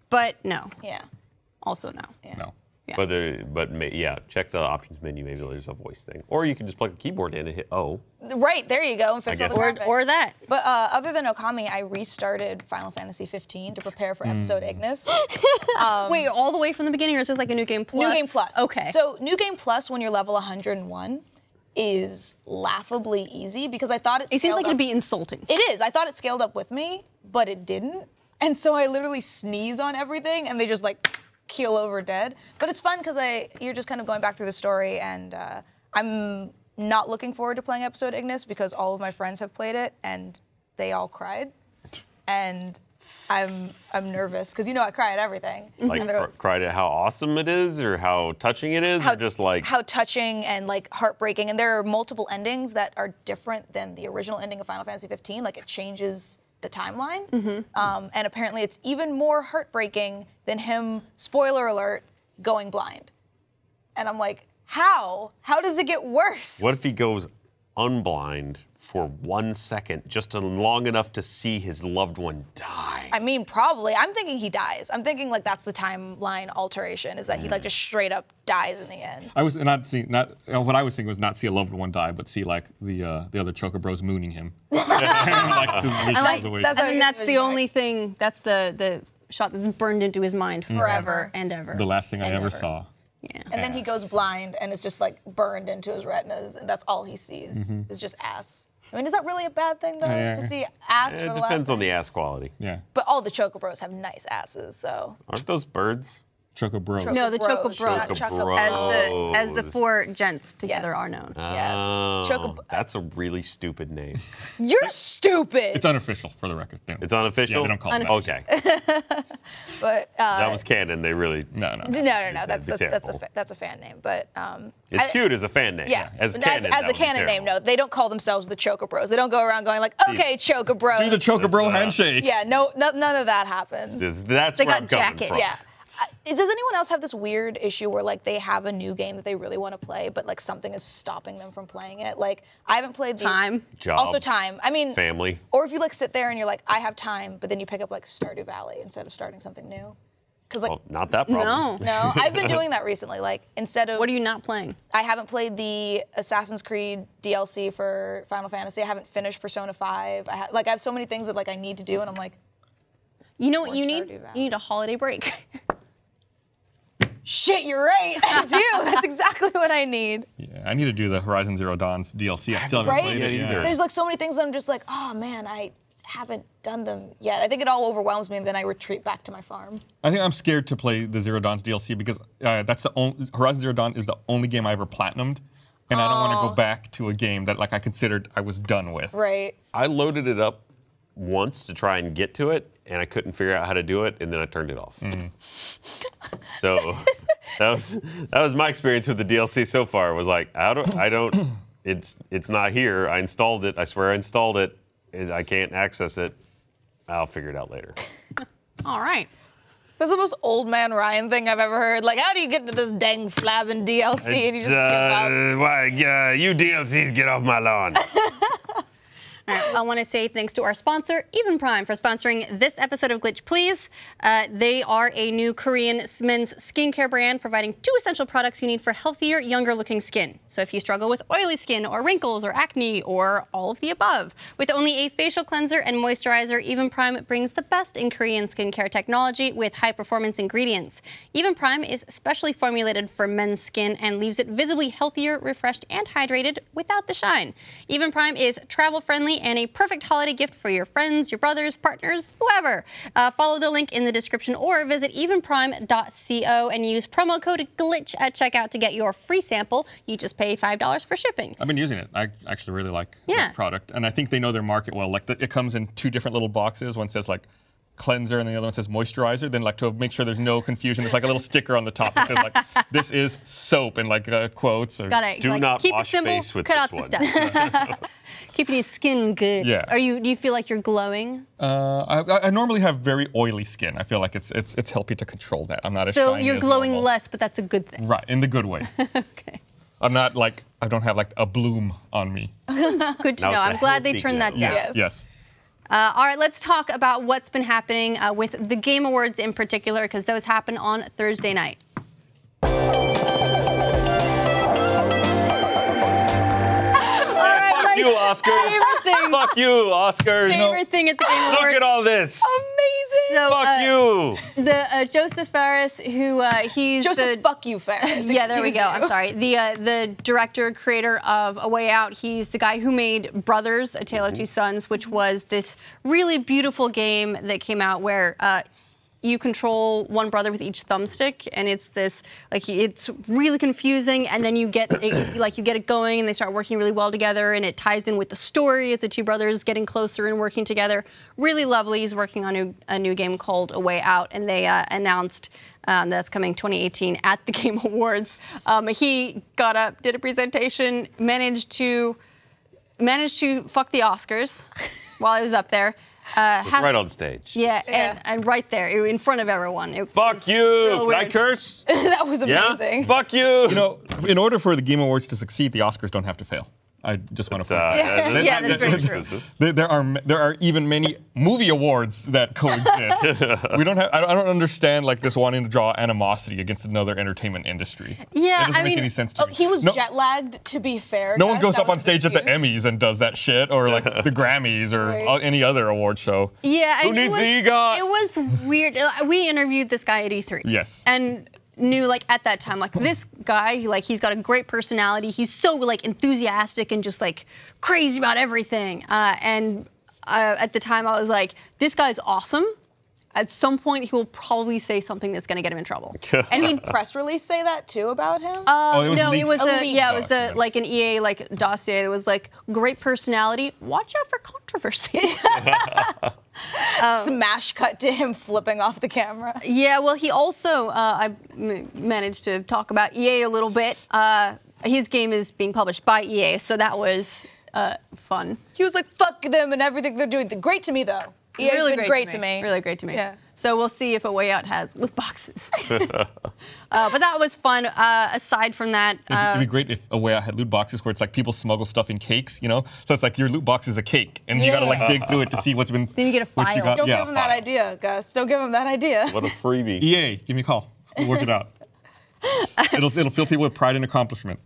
but no. Yeah. Also no. No. But the but ma- yeah, check the options menu. Maybe there's a voice thing, or you can just plug a keyboard in and hit O. Right, there you go, and fix I all the guess. Or, traffic. or that. But uh, other than Okami, I restarted Final Fantasy 15 to prepare for episode Ignis. Wait, all the way from the beginning, or is this like a new game plus? Um, New Game Plus. Okay. So New Game Plus, when you're level 101, is laughably easy because I thought it. it seems scaled like it'd up- be insulting. It is. I thought it scaled up with me, but it didn't. And so I literally sneeze on everything, and they just like keel over dead. But it's fun because I you're just kind of going back through the story, and uh, I'm not looking forward to playing episode Ignis because all of my friends have played it and they all cried, and I'm I'm nervous because you know I cry at everything. Like And they're- cr- cried at how awesome it is, or how touching it is, or just like how touching and like heartbreaking and there are multiple endings that are different than the original ending of final fantasy 15 like it changes the timeline um, and apparently it's even more heartbreaking than him spoiler alert going blind and i'm like how how does it get worse what if he goes unblind for one second, just long enough to see his loved one die? I mean, probably. I'm thinking he dies. I'm thinking like that's the timeline alteration is that he like just straight up dies in the end. I was not seeing not uh, what I was thinking was not see a loved one die, but see like the uh, the other choker bros mooning him. like, this visual like- the way- that's I mean, Sorry, that's the you're only right. thing, that's the, the shot that's burned into his mind forever and ever. the last thing I ever saw. And then he goes blind and it's just like burned into his retinas, and that's all he sees Mm-hmm. is just ass. I mean, is that really a bad thing though Yeah. to see ass for It the last? depends on the ass quality. Yeah, But all the chocobros have nice asses, so Aren't those birds? choker bros. no, the Choco Chocobros, Bros, not Chocobros. as the as the Chocobros. four gents together Yes. are known. Yes. Oh, Chocob- that's a really stupid name. You're stupid. It's unofficial for the record. Don't- It's unofficial. Yeah, they don't call them Okay, but uh, that was canon. They really. No, no. no, no, no. no. That'd That's be that's that's a terrible. fa- that's a fan name, but um, It's I- cute as a fan name. Yeah, As, But canon, as, that a would be canon name, terrible. no, they don't call themselves the Chocobros. They don't go around going like, okay, Chocobros. Do the choker bro handshake. yeah, no, no, none of that happens. This- that's They where got I'm coming jackets. from. Yeah. Does anyone else have this weird issue where like they have a new game that they really want to play, but like something is stopping them from playing it? Like I haven't played the, Time. Job. also time. I mean, Family. Or if you like sit there and you're like, I have time, but then you pick up like Stardew Valley instead of starting something new, because like Well, not that problem. No. no, I've been doing that recently. Like instead of What are you not playing? I haven't played the Assassin's Creed DLC for Final Fantasy. I haven't finished Persona 5. I ha- like I have so many things that like I need to do and I'm like, You know what you Stardew need? Valley. You need a holiday break. shit, you're right. I do. That's exactly what I need. Yeah, I need to do the Horizon Zero Dawn's DLC. I still haven't Right? played it Yeah, yet. either. There's like so many things that I'm just like, "Oh man, I haven't done them yet." I think it all overwhelms me and then I retreat back to my farm. I think I'm scared to play the Zero Dawn's DLC because uh, that's the only Horizon Zero Dawn is the only game I ever platinumed, and I don't want to go back to a game that like I considered I was done with. Right. I loaded it up once to try and get to it, and I couldn't figure out how to do it, and then I turned it off. So that was that was my experience with the DLC so far. Was like I don't I don't it's it's not here. I installed it. I swear I installed it. It- I can't access it. I'll figure it out later. All right. That's the most old man Ryan thing I've ever heard. Like, how do you get to this dang flabbing DLC and you just give up? Uh, why, uh, you DLCs get off my lawn. All right, I want to say thanks to our sponsor, Even Prime, for sponsoring this episode of Glitch Please. Uh, they are a new Korean men's skincare brand providing two essential products you need for healthier, younger looking skin. So if you struggle with oily skin, or wrinkles, or acne, or all of the above, with only a facial cleanser and moisturizer, Even Prime brings the best in Korean skincare technology with high performance ingredients. Even Prime is specially formulated for men's skin and leaves it visibly healthier, refreshed, and hydrated without the shine. Even Prime is travel friendly and a perfect holiday gift for your friends, your brothers, partners, whoever. Uh, follow the link in the description or visit evenprime.co and use promo code GLITCH at checkout to get your free sample. You just pay $5 for shipping. I've been using it. I actually really like Yeah. the product, and I think they know their market well. Like the, it comes in two different little boxes. One says like cleanser, and the other one says moisturizer. Then like to make sure there's no confusion, there's like a little sticker on the top that says like this is soap and like uh, quotes. Or, Got it. Do Like, not keep wash it simple, face with cut this out one. the stuff. Keeping your skin good. Yeah. Are you? Do you feel like you're glowing? Uh, I- I, I normally have very oily skin. I feel like it's it's it's helpy to control that. I'm not as so shiny you're as glowing normal. less, but that's a good thing. Right, in the good way. Okay. I'm not like I don't have like a bloom on me. Good to Now know. it's a I'm glad they healthy turned that glow. down. Yeah. Yes. Yes. Uh, all right, let's talk about what's been happening uh, with the Game Awards in particular, because those happen on Thursday night. all right, my you Oscars. Everything. Fuck you Oscars. favorite thing at the Game Awards. Look at all this. Amazing. so, Fuck uh, you. The uh, Joseph Faris, who uh, he's Joseph, the, fuck you, Ferris. Yeah, there we Excuse go. I'm you. sorry. The uh, the director, creator of A Way Out, he's the guy who made Brothers: A Tale of Mm-hmm. Two Sons, which was this really beautiful game that came out where. Uh, you control one brother with each thumbstick, and it's this like it's really confusing. And then you get it, like you get it going, and they start working really well together, and it ties in with the story. It's the two brothers getting closer and working together. Really lovely. He's working on a, a new game called A Way Out, and they uh, announced um, that's coming 2018 at the Game Awards. Um, he got up, did a presentation, managed to managed to fuck the Oscars while he was up there. Uh, had- Right on stage. yeah, Yeah. And, and right there in front of everyone. It Fuck was you. real Can I weird. curse? that was Yeah. amazing. Fuck you. You know, in order for the Game Awards to succeed, the Oscars don't have to fail. I just want to uh, point that. Yeah. They- Yeah, they- that's very they- true. There, there are m- there are even many movie awards that coexist. we don't have. I don't- I don't understand like this wanting to draw animosity against another entertainment industry. Yeah, it doesn't I make mean- any sense to Oh, me. he was No- jet lagged. To be fair, No one guys. goes That up on was stage his at the excuse. Emmys and does that shit, or like the Grammys, or Right. uh, any other award show. Yeah, Who and needs it was, the EGOT? It was weird. Uh, We interviewed this guy at E3. Yes. And knew like at that time like this guy like he's got a great personality he's so like enthusiastic and just like crazy about everything uh, and uh, at the time i was like this guy's awesome at some point he will probably say something that's going to get him in trouble and he Press release say that too about him. Uh, Oh, it was no, leaked. it was A a, leaked yeah, it was Oh, a, document. like an EA like dossier that was like great personality. Watch out for controversy. Smash cut to him flipping off the camera. yeah, well, he also uh, I m- managed to talk about EA a little bit. Uh, his game is being published by EA, so that was uh, fun. He was like, "Fuck them and everything they're doing." Great to me though. EA's really been great, to, me. Really great to me. Yeah. So we'll see if a way out has loot boxes. uh, but that was fun. Uh, aside from that, It'd, uh, be great if a way I had loot boxes where it's like people smuggle stuff in cakes, you know. So it's like your loot box is a cake, and you gotta like dig through it to see what's been. Then you get a what file. got. Don't Yeah, give him that file. idea, Gus. Don't give him that idea. What a freebie. EA, give me a call. We'll work it out. it'll it'll fill people with pride and accomplishment,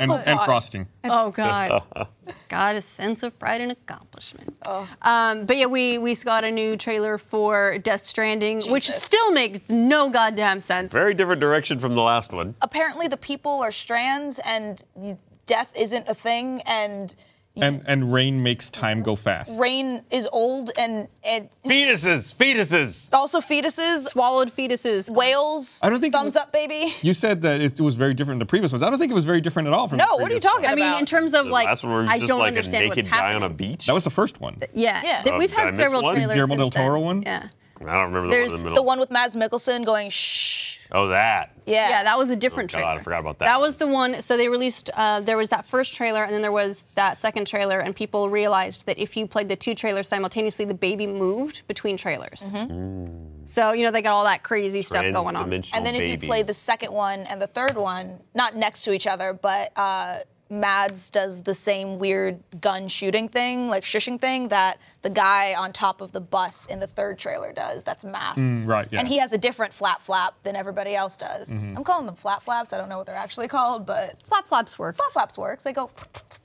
and, and frosting. oh god, got a sense of pride and accomplishment. Um, but yeah, we we got a new trailer for Death Stranding, which Jesus. still makes no goddamn sense. Very different direction from the last one. Apparently, the people are strands, and y- death isn't a thing, and And and rain makes time go fast. rain is old, and and Fetuses, fetuses. also fetuses, swallowed fetuses. whales. I don't think it thumbs was- up, baby. You said that it, it was very different than the previous ones. I don't think it was very different at all from. No, the what are you previous one. talking I about? mean, in terms of The like, last one where it was I just don't like understand a naked what's guy happening. on a beach. That was the first one. Yeah, Yeah. Th- Oh, we've did I had miss several one? trailers. Guillermo del since then. Toro one? Yeah. I don't remember the one in There's the middle. the one with Mads Mikkelsen going shh. oh, that. Yeah. Yeah, that was a different Oh, God, I trailer. forgot about that That one. was the one. So they released. Uh, there was that first trailer, and then there was that second trailer, and people realized that if you played the two trailers simultaneously, the baby moved between trailers. Mm-hmm. So you know they got all that crazy stuff going on. Oh, Transdimensional and then if you play babies. the second one and the third one, not next to each other, but uh, Mads does the same weird gun shooting thing, like shushing thing that the guy on top of the bus in the third trailer does. That's masked. Mm, right, yeah. Mm-hmm. And he has a different flap flap than everybody else does. I'm calling them flap flaps. I don't know what they're actually called, but Flap flops works. flap flaps works. They go.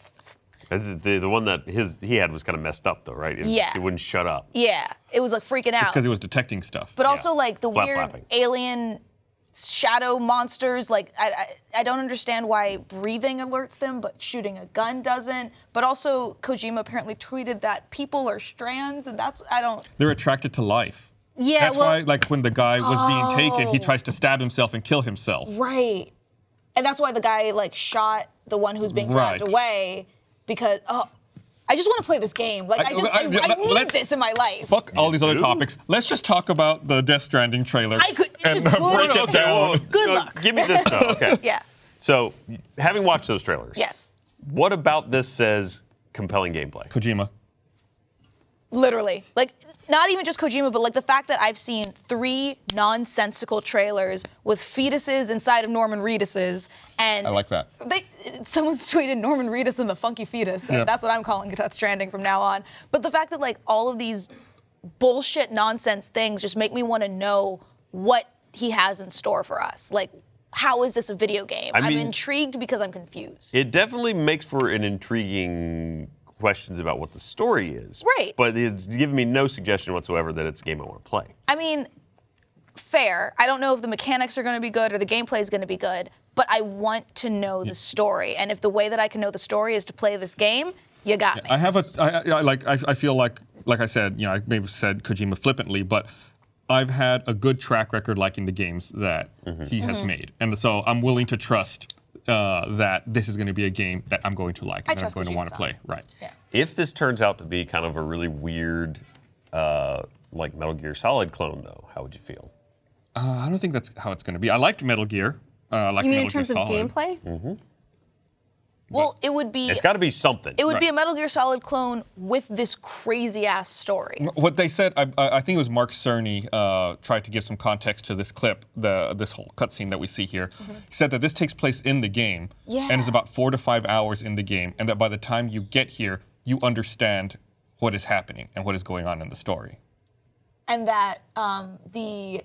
Uh, The, the, the one that his he had was kind of messed up though, right? It, Yeah. It wouldn't shut up. Yeah, it was like freaking out. because it was detecting stuff. but also like the Flap weird flapping. alien shadow monsters. Like I, I I don't understand why breathing alerts them, but shooting a gun doesn't. But also Kojima apparently tweeted that people are strands, and that's I don't. They're attracted to life. Yeah, That's well- why, like, when the guy was being taken, Oh. he tries to stab himself and kill himself. Right. And that's why the guy like shot the one who's being dragged Right. away because oh. I just want to play this game. Like I, I- just, I- I, I let- need let's- this in my life. Fuck all these other do? topics. Let's just talk about the Death Stranding trailer. I could and just break Okay, it down. well, Good uh, luck. Give me this though. Okay. Yeah. So, having watched those trailers, Yes. What about this says compelling gameplay? Kojima. Literally. Like, not even just Kojima, but like the fact that I've seen three nonsensical trailers with fetuses inside of Norman Reeduses, and I like that. They, someone's tweeted Norman Reedus and the funky fetus. So Yeah. That's what I'm calling Death Stranding from now on. But the fact that like all of these bullshit nonsense things just make me want to know what he has in store for us. Like, how is this a video game? I I'm mean- intrigued because I'm confused. It definitely makes for an intriguing questions about what the story is. Right. But it's given me no suggestion whatsoever that it's a game I want to play. I mean, fair. I don't know if the mechanics are going to be good or the gameplay is going to be good, but I want to know the story. And if the way that I can know the story is to play this game, you got me. I have a I, I- I like I, I feel like like I said, you know, I maybe said Kojima flippantly, but I've had a good track record liking the games that he has Mm-hmm. made, and so I'm willing to trust uh, that this is going to be a game that I'm going to like I and that I'm trust going to want to Kojima's play. Right. yeah. If this turns out to be kind of a really weird, uh, like Metal Gear Solid clone, though, how would you feel? Uh, I don't think that's how it's going to be. I liked Metal Gear. Uh, like You mean Metal in terms Gear of Solid. gameplay? Well, it would be It's got to be something. it would be Right. a Metal Gear Solid clone with this crazy ass story. What they said, I, I I think it was Mark Cerny uh, tried to give some context to this clip, the this whole cutscene that we see here. He said that this takes place in the game and is Yeah. about four to five hours in the game, and that by the time you get here, you understand what is happening and what is going on in the story. and that um, the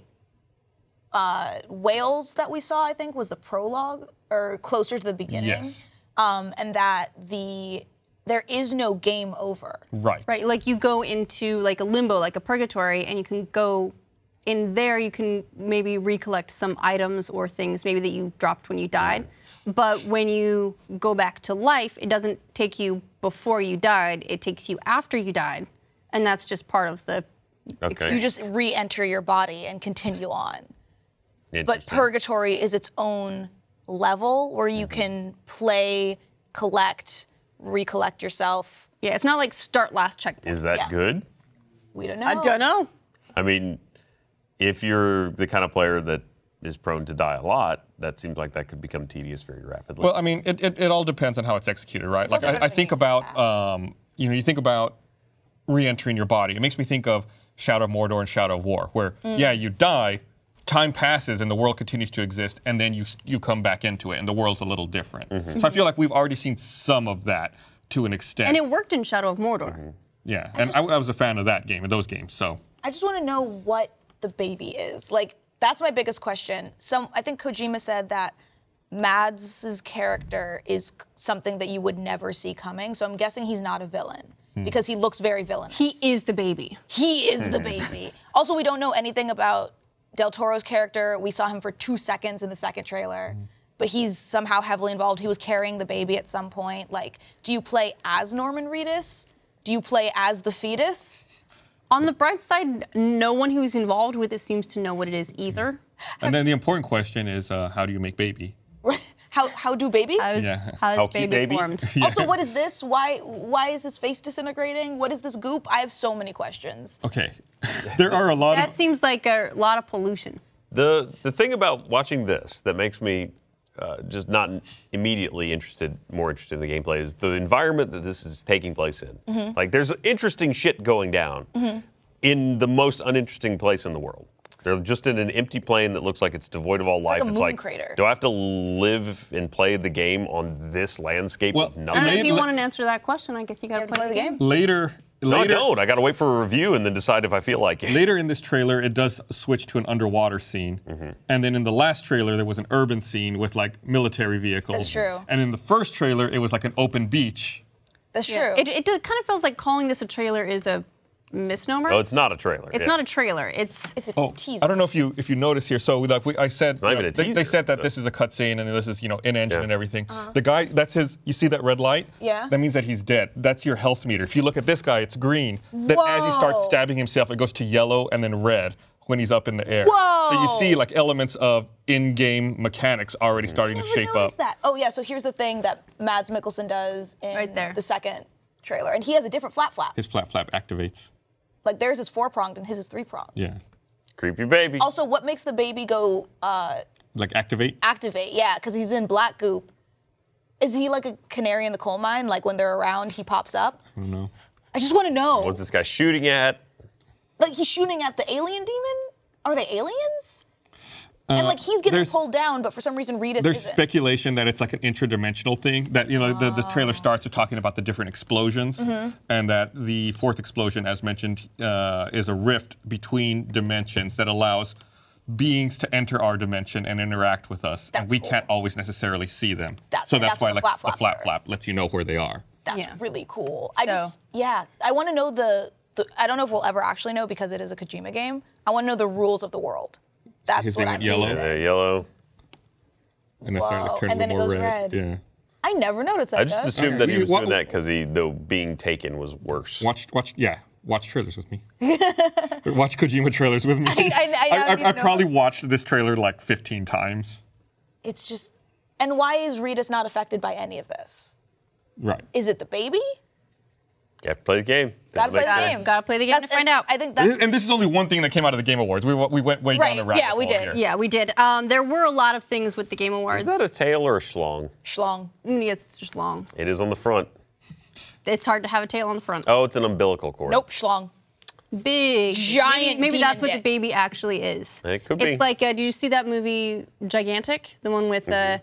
uh, whales that we saw, I think, was the prologue or closer to the beginning. Yes. Um, and that the there is no game over. Right. Right, like you go into like a limbo, like a purgatory, and you can go in there. You can maybe recollect some items or things maybe that you dropped when you died. But when you go back to life, it doesn't take you before you died. It takes you after you died, and that's just part of the. Okay. You just re-enter your body and continue on. But Interesting. purgatory is its own level where Mm-hmm. you can play, collect, recollect yourself. Yeah, it's not like start last checkpoint. Is that yeah. good? We don't know. I don't know. I mean, if you're the kind of player that is prone to die a lot, that seems like that could become tedious very rapidly. Well, I mean, it, it, it all depends on how it's executed, right? Like, also I, gonna I think be about, um, you know, you think about re-entering your body. It makes me think of Shadow of Mordor and Shadow of War, where yeah, you die, time passes, and the world continues to exist, and then you s- you come back into it, and the world's a little different. Mm-hmm. So I feel like we've already seen some of that to an extent. And it worked in Shadow of Mordor. Mm-hmm. yeah, and I, I was a fan of that game and those games. So I just want to know what the baby is. Like that's my biggest question. Some I think Kojima said that Mads' character is c- something that you would never see coming. So I'm guessing he's not a villain Hmm. because he looks very villainous. He is the baby. He is Hmm. the baby. Also, we don't know anything about Del Toro's character. We saw him for two seconds in the second trailer, Hmm. but he's somehow heavily involved. He was carrying the baby at some point. Like, do you play as Norman Reedus? Do you play as the fetus? On the bright side, no one who's involved with it seems to know what it is either. and then the important question is, uh, how do you make baby? How how do baby? How's, Yeah. how's How cute baby, baby. formed? Also, what is this? Why why is this face disintegrating? What is this goop? I have so many questions. Okay, there are a lot That of seems like a lot of pollution. The the thing about watching this that makes me uh, just not immediately interested, more interested in the gameplay is the environment that this is taking place in. Mm-hmm. Like, there's interesting shit going down in the most uninteresting place in the world. They're just in an empty plane that looks like it's devoid of all life. like a it's moon like, crater. do I have to live and play the game on this landscape Well, of and I nothing? don't know if Maybe you le- want an answer to that question. I guess you gotta play, Play the game. later. No, I Later, don't. I got to wait for a review and then decide if I feel like it. Later in this trailer, it does switch to an underwater scene, and then in the last trailer, there was an urban scene with like military vehicles. That's true. And in the first trailer, it was like an open beach. That's Yeah. true. It, it do- kind of feels like calling this a trailer is a misnomer. No, it's not a trailer. It's not a trailer. It's it's a Oh, teaser. I don't know if you if you notice here. So like we, I said, not you know, even a they, they teaser, said that so- this is a cutscene and this is you know in engine Yeah. and everything. The guy that's his. You see that red light? Uh-huh. Yeah. That means that he's dead. That's your health meter. If you look at this guy, it's green. Then as he starts Whoa. stabbing himself, it goes to yellow and then red when he's up in the air. So you Whoa. see like elements of in-game mechanics already starting to never shape up. noticed that. Oh yeah. So here's the thing that Mads Mikkelsen does in Right there. the second trailer, and he has a different flap flap. His flap flap activates. like theirs is four pronged and his is three pronged. Yeah. Creepy baby. Also, what makes the baby go uh, Like activate. activate? Yeah, because he's in black goop. Is he like a canary in the coal mine? Like when they're around, he pops up. I don't know. I just want to know. What's this guy shooting at? like he's shooting at the alien demon. Are they aliens? and like he's getting Uh, there's- pulled down, but for some reason Reedus There's isn't. speculation that it's like an interdimensional thing. That you know, the, the Ah. trailer starts with talking about the different explosions, Mm-hmm. and that the fourth explosion, as mentioned, uh, is a rift between dimensions that allows beings to enter our dimension and interact with us, and That's we cool. can't always necessarily see them. That's- so and that's, that's what why, the like flap the flaps flap are. flap lets you know where they are. That's Yeah. really cool. I So- just yeah, I want to know the, the. I don't know if we'll ever actually know because it is a Kojima game. I want to know the rules of the world. That's His what name I'm went yellow. interested in. Uh, yellow. And that's starting Whoa. to turn And a then it little more goes red. red. Yeah. I never noticed that. I just though. assumed Okay. that he We- was what- doing that because he, though being taken, was worse. Watch, watch, yeah, watch trailers with me. watch Kojima trailers with me. I- I don't I, even know. probably watched this trailer like 15 times. it's just, and why is Reedus not affected by any of this? Right. Is it the baby? You have to play the game. Gotta play Makes the sense. game. gotta play the game That's- to find out. I think that's. and this is only one thing that came out of the Game Awards. We, wa- we went way down Right, the rabbit yeah, we hole did. here. yeah, we did. Um, there were a lot of things with the Game Awards. Is that a tail or a schlong? Schlong. Mm, yeah, it's just long. It is on the front. It's hard to have a tail on the front. Oh, it's an umbilical cord. Nope, schlong. Big, Giant Maybe, maybe demon that's what dick. the baby actually is. It could it's be. like, uh, did you see that movie Gigantic, the one with uh, Anne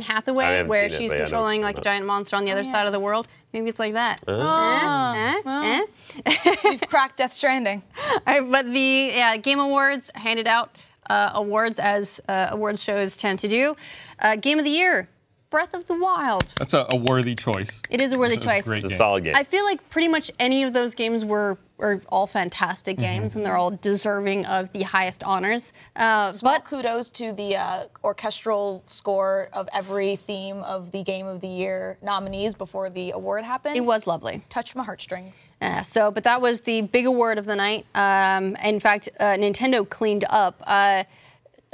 Mm-hmm. I Hathaway, haven't where seen it, she's but I know what controlling you're like a talking Oh. giant monster on the other Oh, side of the world? Maybe it's like that. Eh, eh, eh. We've cracked Death Stranding. All right, but the yeah, Game Awards handed out uh, awards as uh, awards shows tend to do. Uh, game of the Year, Breath of the Wild. That's a, a worthy choice. It is a worthy It's a choice. great It's a game. solid game. I feel like pretty much any of those games were are all fantastic games, and they're all deserving of the highest honors. Uh, Small but kudos to the uh, orchestral score of every theme of the Game of the Year nominees before the award happened. it was lovely. touch my heartstrings. Uh, so, but that was the big award of the night. Um, in fact, uh, Nintendo cleaned up. Uh,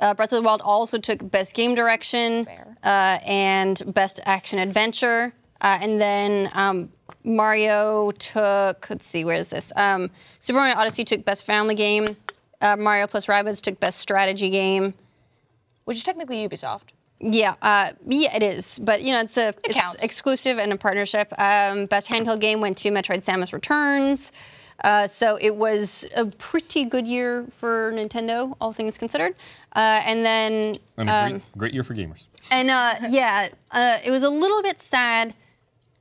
uh, Breath of the Wild also took Best Game Direction Fair. uh, and Best Action Adventure, uh, and then um, Mario took. Let's see, where is this? Um, Super Mario Odyssey took Best Family Game. Uh, Mario plus Rabbids took Best Strategy Game. which is technically Ubisoft. Yeah, uh, yeah, it is. But you know, it's a it's counts. exclusive and a partnership. Um, best handheld game went to Metroid: Samus Returns. Uh, so it was a pretty good year for Nintendo, all things considered. Uh, and then And a Um, great, great year for gamers. and uh, yeah, uh, it was a little bit sad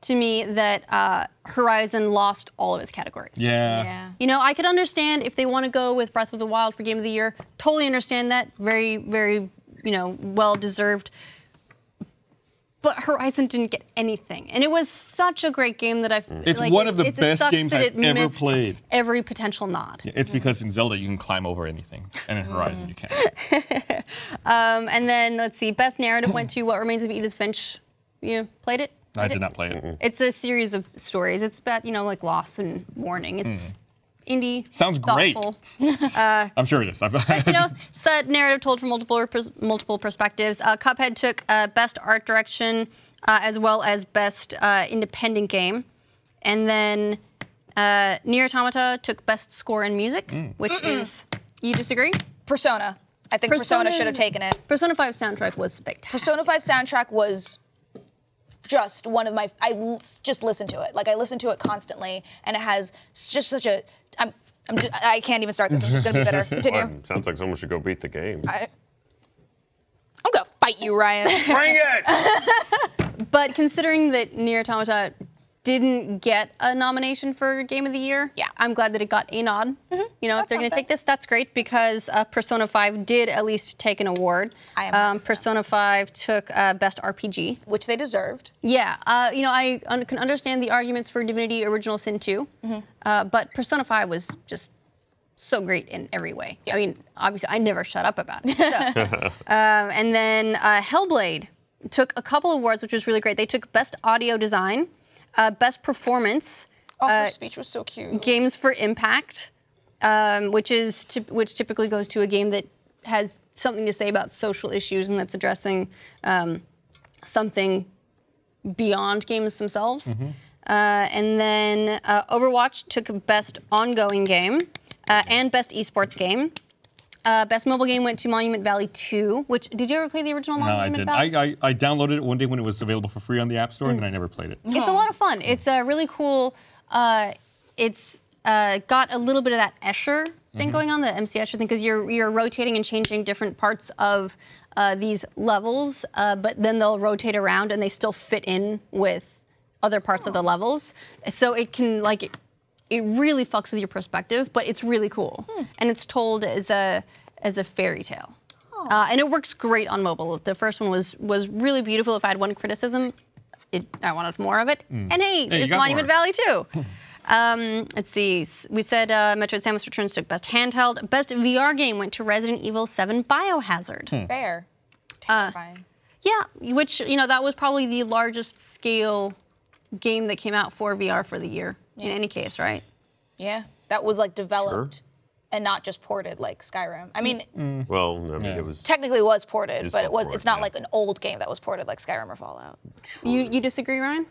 to me that uh, Horizon lost all of its categories. Yeah. Yeah. You know, I could understand if they want to go with Breath of the Wild for Game of the Year. Totally understand that. Very, very, you know, well deserved. But Horizon didn't get anything, and it was such a great game that I. It's like, one of the it- it best sucks games that I've it ever missed played. Every potential nod. It's because in Zelda you can climb over anything, and in Horizon you can't. Mm. Um, and then let's see, best narrative went to What Remains of Edith Finch. You played it? I Played it? did not play it. It's a series of stories. It's about you know like loss and mourning. It's indie. Hmm. Sounds great. thoughtful. I'm sure it is. I've, you know, it's a narrative told from multiple pers- multiple perspectives. Uh, Cuphead took uh, best art direction uh, as well as best uh, independent game, and then uh, Near Automata took best score in music, which is you disagree? Persona. I think Persona should have Persona's- taken it. Persona 5 soundtrack was spectacular. Persona 5 soundtrack was just one of my I l- just listen to it. Like I listen to it constantly and it has s- just such a I'm I'm just, I can't even start this. I'm just gonna be better. Continue. Well, sounds like someone should go beat the game. I'm gonna fight you, Ryan. Bring it! But considering that Near Automata didn't get a nomination for Game of the Year, Yeah. Mm-hmm. I'm glad that it got a nod. You know, if That's they're going to something. take this, that's great because uh, Persona 5 did at least take an award. I am happy for um, Persona 5 took uh, Best RPG. Which they deserved. Yeah, uh, you know, I un- can understand the arguments for Divinity Original Sin 2, uh, but Persona 5 was just so great in every way. I mean, obviously, I never shut up about it. So. um, and then uh, Hellblade took a couple awards, which was really great. They took Best Audio Design, uh, Best Performance, Oh, her speech was so cute. Games for Impact, um, which is typ which typically goes to a game that has something to say about social issues and that's addressing um, something beyond games themselves. Mm-hmm. Uh, and then uh, Overwatch took best ongoing game uh, and best esports game. Uh, best mobile game went to Monument Valley 2, which did you ever play the original no, I Monument did. Valley? I, I I downloaded it one day when it was available for free on the App Store, and then I never played Mm. it. It's a lot of fun. It's a really cool. Uh, it's uh, got a little bit of that Escher thing going on, the MC Escher thing, because you're you're rotating and changing different parts of uh, these levels, uh, but then they'll rotate around and they still fit in with other parts of the levels. So it can like. It, it really fucks with your perspective, but it's really cool, and it's told as a as a fairy tale, uh, and it works great on mobile. The first one was was really beautiful. If I had one criticism, it, I wanted more of it. And hey, Hmm. you there's got Monument more. Valley too. um, let's see. S- We said uh, Metroid Samus Returns took best handheld. Best VR game went to Resident Evil 7 Biohazard. Fair. Terrifying. Yeah, which you know that was probably the largest scale game that came out for VR for the year. In any case, right? yeah. That was like developed and not just ported like Skyrim. I mean, Well, I mean, it was. technically it was ported, It's but not it was ported, it's not yeah. like an old game that was ported like Skyrim or Fallout. You you disagree, Ryan?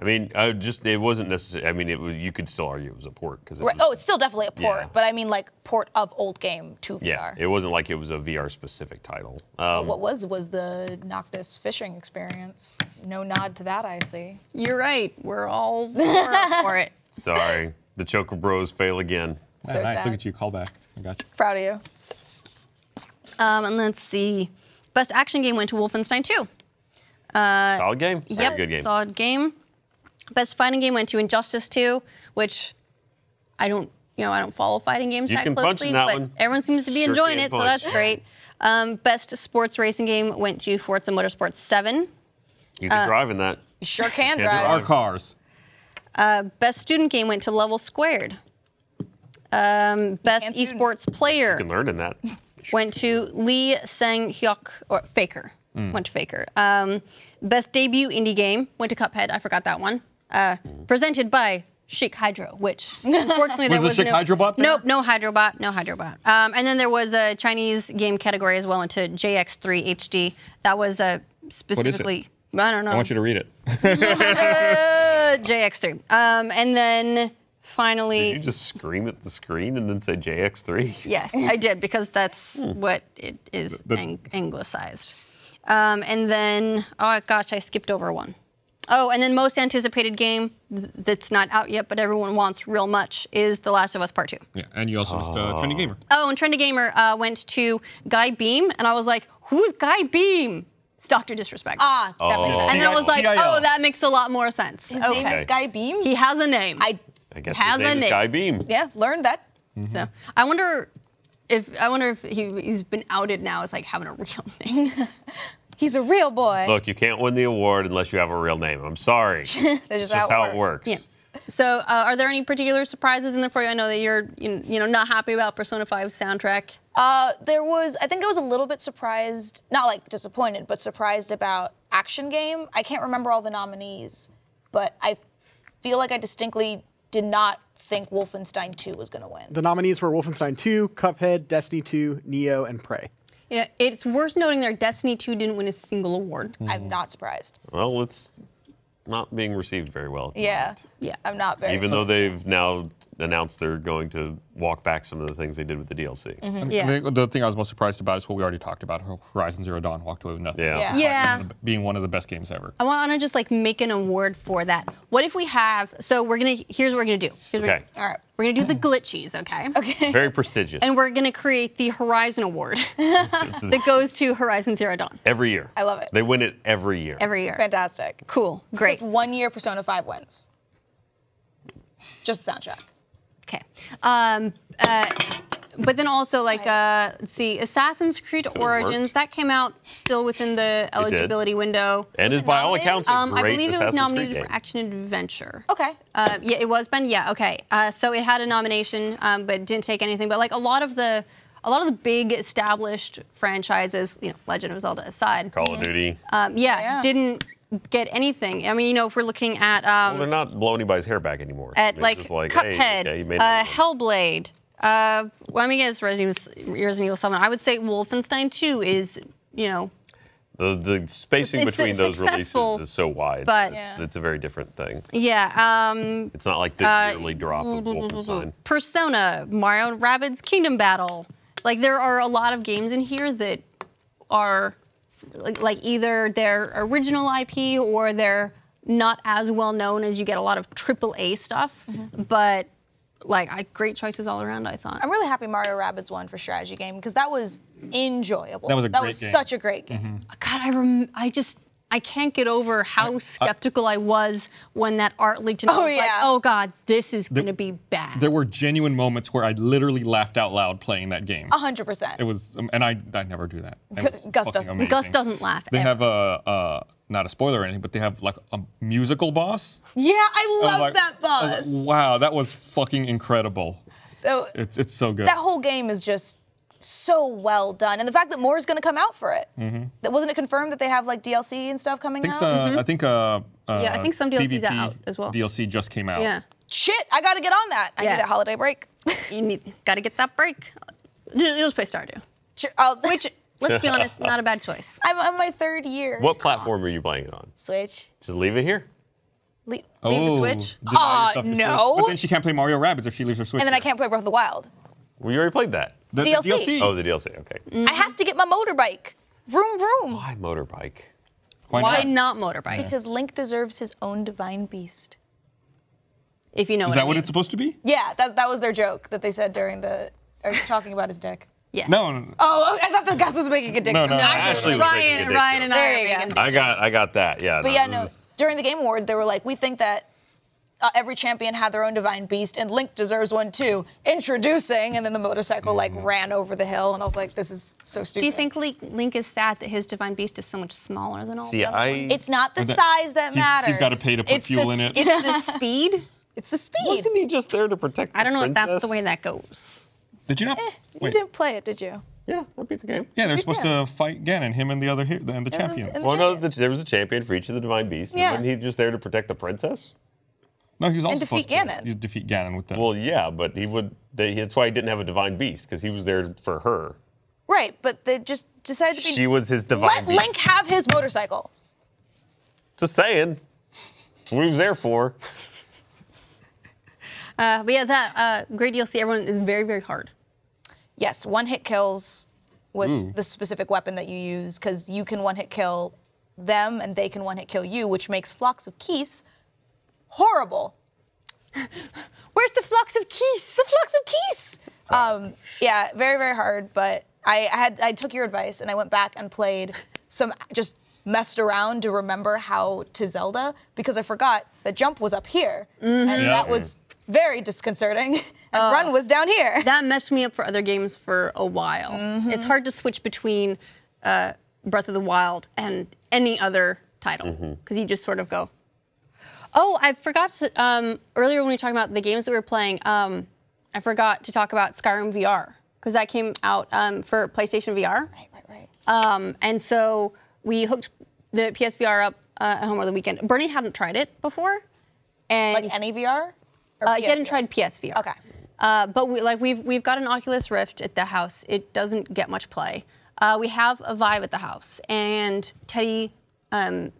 I mean, I just it wasn't necessary. I mean, it was, you could still argue it was a port because Right. Oh, it's still definitely a port, Yeah. but I mean like port of old game to yeah, VR. it wasn't like it was a VR specific title. Um, what was was the Noctis fishing experience. No nod to that, I see. You're right. We're all for- for it. sorry, the Choker Bros fail again. So Ah, nice. sad. Look at you. Call back. I got you. Proud of you. Um, and let's see. Best action game went to Wolfenstein 2. Uh, Solid game. Very Yep, good game. solid game. Best fighting game went to Injustice 2, which I don't, you know, I don't follow fighting games You that can punch in closely, that but one. everyone seems to be Sure enjoying can it, punch. so that's great. Um, best sports racing game went to Forza Motorsport 7. You uh, can drive in that. You sure can Yeah, drive. there Our are- cars. Best student game went to Level Squared. Um, best And student. esports player You can learn in that. went to Lee Sang Hyuk or Faker. Mm. Went to Faker. Um, best debut indie game went to Cuphead. I forgot that one. Uh, Presented by Chic Hydro, which unfortunately there the was Chic no Hydrobot there? Nope, no Hydrobot, no Hydrobot. Um, and then there was a Chinese game category as well into JX3 HD. That was uh, specifically. I don't know. I want you to read it. uh, JX3. Um, and then finally. Did you just scream at the screen and then say JX3? Yes, I did because that's what it is Th- that- ang- anglicized. Um, and then, oh gosh, I skipped over one. Oh, and then most anticipated game th- that's not out yet, but everyone wants real much is The Last of Us Part Two. Yeah, and you also missed uh, Trendy Gamer. Oh, and Trendy Gamer uh, went to Guy Beam, and I was like, "Who's Guy Beam?" It's Doctor Disrespect. Ah, that makes Oh. sense. and then I was like, TIL. "Oh, that makes a lot more sense." His okay, name is Guy Beam. he has a name. I I guess Has his name a is name. Guy Beam. yeah learned that. so I wonder if I wonder if he, he's been outed now as like having a real name. He's a real boy. Look, you can't win the award unless you have a real name. I'm sorry. It's just That's just how it works. so, uh, are there any particular surprises in there for you? I know that you're you you know not happy about Persona 5 soundtrack. Uh, there was, I think I was a little bit surprised, not like disappointed, but surprised about Action Game. I can't remember all the nominees, but I feel like I distinctly did not think Wolfenstein 2 was going to win. The nominees were Wolfenstein 2, Cuphead, Destiny 2, Neo, and Prey. Yeah, it's worth noting there Destiny 2 didn't win a single award. I'm not surprised. Well, it's not being received very well. at the Yeah. moment. Yeah. I'm not very Even though they've now announced they're going to walk back some of the things they did with the DLC. Yeah. The, the thing I was most surprised about is what we already talked about. how Horizon Zero Dawn walked away with nothing. Yeah. Yeah. Yeah. Being one of the best games ever. I want to just like make an award for that. What if we have, so we're going to, here's what we're going to do. Here's what Okay. We're, all right. We're going to do the glitchies, okay? Okay. Very prestigious. And we're going to create the Horizon Award that goes to Horizon Zero Dawn every year. I love it. They win it every year. every year. fantastic. Cool. Great. Except one year Persona 5 wins. Just the soundtrack. Okay. Um, uh, but then also like uh, let's see, Assassin's Creed Origins worked. that came out still within the did. eligibility window. and Was is it by all nominated? accounts a Um, I great believe it was Assassin's Creed nominated game. for Action Adventure. Okay. Uh, yeah, it was Ben. Yeah, okay. Uh, so it had a nomination, um, but didn't take anything. But like a lot of the, a lot of the big established franchises, you know, Legend of Zelda aside, Call of Duty. um, yeah, Yeah. didn't get anything. I mean, you know, if we're looking at um, well, they're not blowing anybody's hair back anymore. at They're like, just like hey, Cuphead, yeah, you made uh, another one. Hellblade. Uh, well, I mean, yes, Resident Evil, Resident Evil Seven. I would say Wolfenstein Two is, you know, The, the spacing It's- it's between those successful, releases is so wide. but- it's, Yeah. it's a very different thing. yeah. Um, It's not like the yearly drop of Wolfenstein. Persona, Mario and Rabbids Kingdom Battle. Like there are a lot of games in here that are like, like either their original IP or they're not as well known as you get a lot of AAA stuff, but like I, great choices all around. I thought. I'm really happy Mario Rabbids won for strategy game because that was enjoyable. That was a that great was game. Mm-hmm. such a great game. God, I rem- I just I can't get over how uh, skeptical I, was when that art leaked and I Oh, was like, yeah. oh God, this is gonna be bad. There were genuine moments where I literally laughed out loud playing that game. Uh-huh. hundred percent. It was, um, and I, I never do that. It Gu- was Gus fucking doesn't. amazing. Gus doesn't laugh. They ever. have a, uh, not a spoiler or anything, but they have like a musical boss. Yeah, I I was love like- that I was boss. like, wow, that was fucking incredible. Oh, It's it's so good. that whole game is just so well done, and the fact that more is going to come out for it. That wasn't it confirmed that they have like DLC and stuff coming I Mm-hmm. think, out. so, I think uh, uh, Mm-hmm. Yeah, I think some DLCs PvP out as well. DLC just came out. yeah. Shit, I got to get on that. I Yeah. need that holiday break. you need, gotta get that break. Just just play Stardew. Sure, I'll, Which, let's be honest, not a bad choice. I'm on my third year. What platform are you playing it on? Switch? Just leave it here. Le- leave the Oh, Switch? Ah, deny Aw, yourself your Switch. no. But then she can't play Mario Rabbids if she leaves her Switch. and then I there. can't play Breath of the Wild. Well, you already played that. The, the DLC. DLC. Oh, the DLC. Okay. Mm. I have to get my motorbike. Vroom vroom. Why motorbike? why, Why not? not motorbike? Because Link deserves his own divine beast. If you know Is what I that what mean. it's supposed to be? Yeah, that, that was their joke that they said during the or talking about his dick. Yes. No, no, no. Oh, I thought the Gus was making a dick. No, joke. no, no, Actually, Ashley was making a Ryan, dick Ryan joke. and There I are you go. making dick I got I got that. Yeah. But no, yeah, this no. is- During the Game Awards, they were like, we think that uh, every champion had their own divine beast, and Link deserves one too. Introducing, and then the motorcycle like Mm-hmm. ran over the hill, and I was like, this is so stupid. Do you think Link, Link is sad that his divine beast is so much smaller than all See, the other I ones? it's not the That- size that he's- matters? He's got to pay to put It's fuel the, in s- it. It's the speed. It's the speed. Wasn't he just there to protect? I don't know if that's the princess? way that goes. Did you Eh, not? You wait. didn't play it, did you? Yeah, I beat the game. Yeah, they're supposed to fight Ganon, him and the other hero, and the champion. and- Well, no, the, there was a champion for each of the divine beasts. Yeah. Yeah. Wasn't he just there to protect the princess? no, he was also defeat supposed to Ganon. you defeat Ganon with the. Well, yeah, but he would. They, that's why he didn't have a divine beast because he was there for her. Right, but they just decided to be. She was his divine Let beast. Link have his motorcycle. Just saying. That's what he was there for. Uh, but yeah, that uh, great DLC. Everyone is very, very hard. Yes, one hit kills with the specific weapon that you use because you can one hit kill them and they can one hit kill you, which makes Flocks of Keys horrible. Where's the flux of keys? The Flocks of Keys! Um, yeah, very, very hard, but I, I had I took your advice and I went back and played some just messed around to remember how to Zelda because I forgot that jump was up here. And Yeah. that was very disconcerting. And run was down here. That messed me up for other games for a while. It's hard to switch between uh, Breath of the Wild and any other title because you just sort of go. Mm-hmm. Oh, I forgot to, um, earlier when we were talking about the games that we were playing. Um, I forgot to talk about Skyrim VR because that came out um, for PlayStation VR. Right, right, right. Um, and so we hooked the PSVR up uh, at home over the weekend. Bernie hadn't tried it before, and like any VR? Or uh, he hadn't PSVR? tried PSVR. Okay. Uh, but we like we've we've got an Oculus Rift at the house. It doesn't get much play. Uh, we have a Vive at the house, and Teddy, um,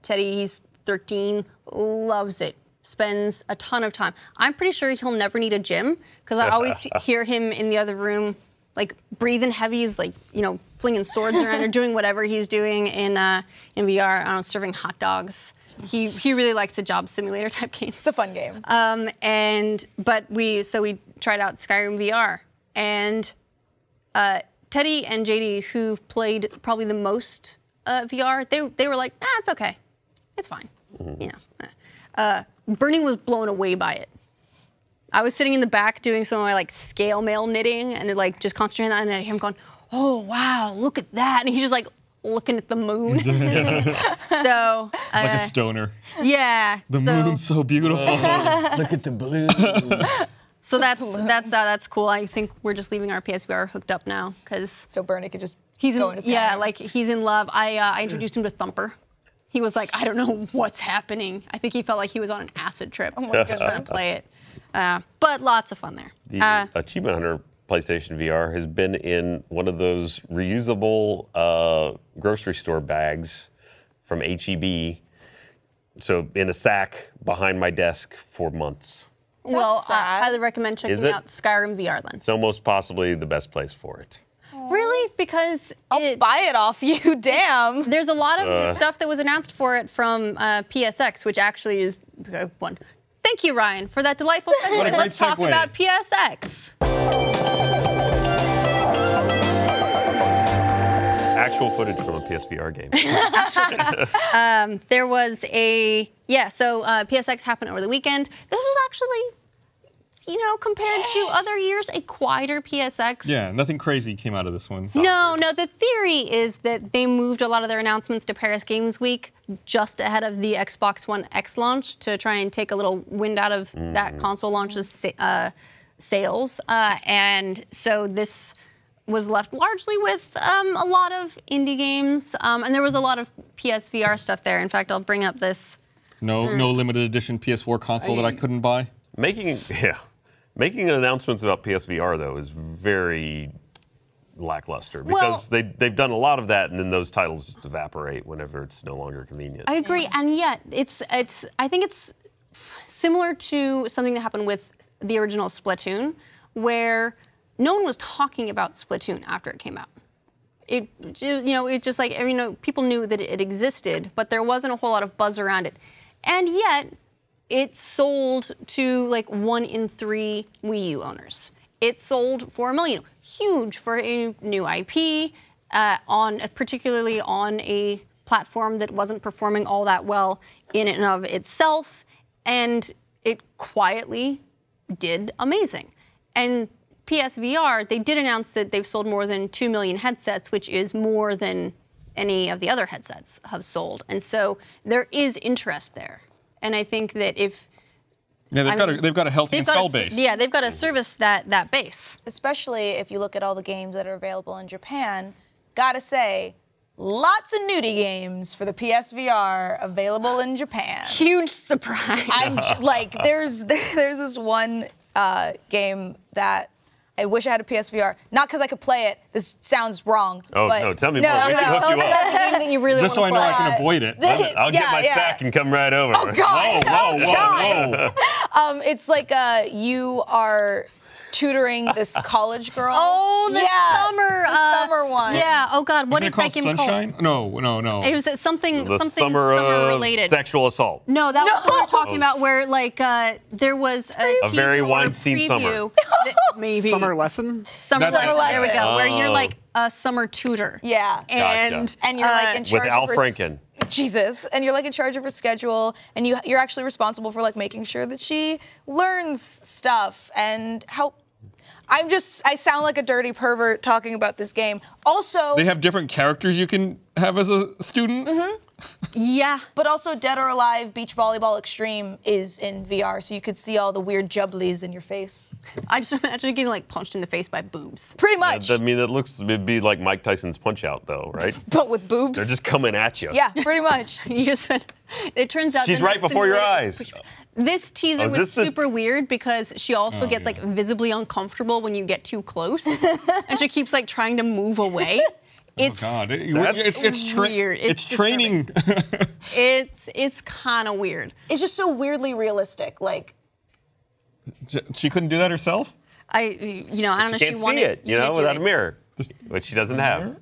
Teddy, he's 13, loves it. Spends a ton of time. I'm pretty sure he'll never need a gym because I always hear him in the other room, like breathing heavy. He's like you know flinging swords around or doing whatever he's doing in uh, in VR. I don't know, serving hot dogs. He he really likes the job simulator type games. It's a fun game. Um, and but we so we tried out Skyrim VR, and uh, Teddy and JD, who've played probably the most uh, VR, they they were like, ah, it's okay, it's fine, Mm-hmm. you know. eh. Uh, Bernie was blown away by it. I was sitting in the back doing some of my like scale mail knitting and like just concentrating on that, and him going, oh wow, look at that, and he's just like looking at the moon. so uh, like a stoner. yeah, The so- moon's so beautiful. Look at the blue. So that's that's uh, that's cool. I think we're just leaving our PSVR hooked up now because so Bernie could just he's go in, into yeah, Skyrim. like he's in love. I uh, I introduced him to Thumper. He was like, I don't know what's happening. I think he felt like he was on an acid trip. Oh my just trying to play it, uh, but lots of fun there. The Uh, Achievement Hunter PlayStation VR has been in one of those reusable uh, grocery store bags from HEB. So in a sack behind my desk for months. well, I sad. highly recommend Is checking it? out Skyrim VR lens. It's almost possibly the best place for it. Really, because it, buy it off you, damn. There's a lot of Uh. the stuff that was announced for it from uh, PSX, which actually is uh, one. Thank you, Ryan, for that delightful What a segue. great Let's talk segue. about PSX. Actual footage from a PSVR game. There was a yeah, so uh, PSX happened over the weekend. This was actually, you know, compared to other years, a quieter PSX. yeah, nothing crazy came out of this one. No, no. The theory is that they moved a lot of their announcements to Paris Games Week just ahead of the Xbox One X launch to try and take a little wind out of that console launch's sa- uh, sales. Uh, and so this was left largely with um, a lot of indie games, um, and there was a lot of PSVR stuff there. In fact, I'll bring up this. No, Mm. no limited edition PS4 console that I couldn't buy. making yeah, making announcements about PSVR though is very lackluster because they they've done a lot of that and then those titles just evaporate whenever it's no longer convenient. I agree, and yet it's it's. I think it's similar to something that happened with the original Splatoon, where no one was talking about Splatoon after it came out. It ju- you know it just like you know people knew that it existed, but there wasn't a whole lot of buzz around it, and yet it sold to like one in three Wii U owners. It sold for a million, huge for a new IP uh, on particularly on a platform that wasn't performing all that well in and of itself, and it quietly did amazing. And PSVR, they did announce that they've sold more than 2 million headsets, which is more than any of the other headsets have sold. And so there is interest there. And I think that if Yeah, they've I got mean, a they've got a healthy they've install got to, s- base. yeah, they've got to service that that base. Especially if you look at all the games that are available in Japan, gotta say, lots of nudie games for the PSVR available in Japan. Huge surprise. I'm j- like, there's there's this one uh, game that I wish I had a PSVR. Not because I could play it. This sounds wrong. Oh, but no, tell me more. We have to no. Uh, hook you up. That's the game that you really Just so I wanna know I play. can avoid it. I'll get Yeah, my yeah. sack and come right over. Oh, God. Whoa, whoa, Oh, God. whoa, whoa. Um, it's like uh, you are tutoring this college girl. Oh, the yeah, summer, the uh, summer one. Yeah. Oh God, what Isn't it is that game called Sunshine? called? No, no, no. It was uh, something The something summer, of related. sexual assault. No, that was what we No. were Oh. talking about where like uh, there was a, A very teaser or Weinstein preview summer. that- maybe Summer lesson? Summer That's- lesson. There we go. Where you're Oh. like a summer tutor. Yeah. And Gotcha. and you're like in uh, charge With Al of her s- Franken. Jesus, and you're like in charge of her schedule, and you you're actually responsible for like making sure that she learns stuff and help. I'm just I sound like a dirty pervert talking about this game. Also, They have different characters you can have as a student. Mm-hmm. Oh, yeah. but also Dead or Alive Beach Volleyball Extreme is in VR, so you could see all the weird jubblies in your face. I just imagine getting like punched in the face by boobs. Pretty much, I mean, that looks it'd be like Mike Tyson's Punch Out, though, right? but with boobs. They're just coming at you. yeah, pretty much. You just it turns out She's the right next before your simulator eyes. was push- This teaser Oh, is was this the- super weird because she Oh, also gets like visibly uncomfortable when you get too close, and she keeps like trying to move away. Oh, It's God, It- That's it's it's, tra- weird. It's it's training. it's it's kind of weird. It's just so weirdly realistic. Like she couldn't do that herself. I you know I don't She know can't she see wanted it, you to know, do without it. Mm-hmm. a mirror, which she doesn't have.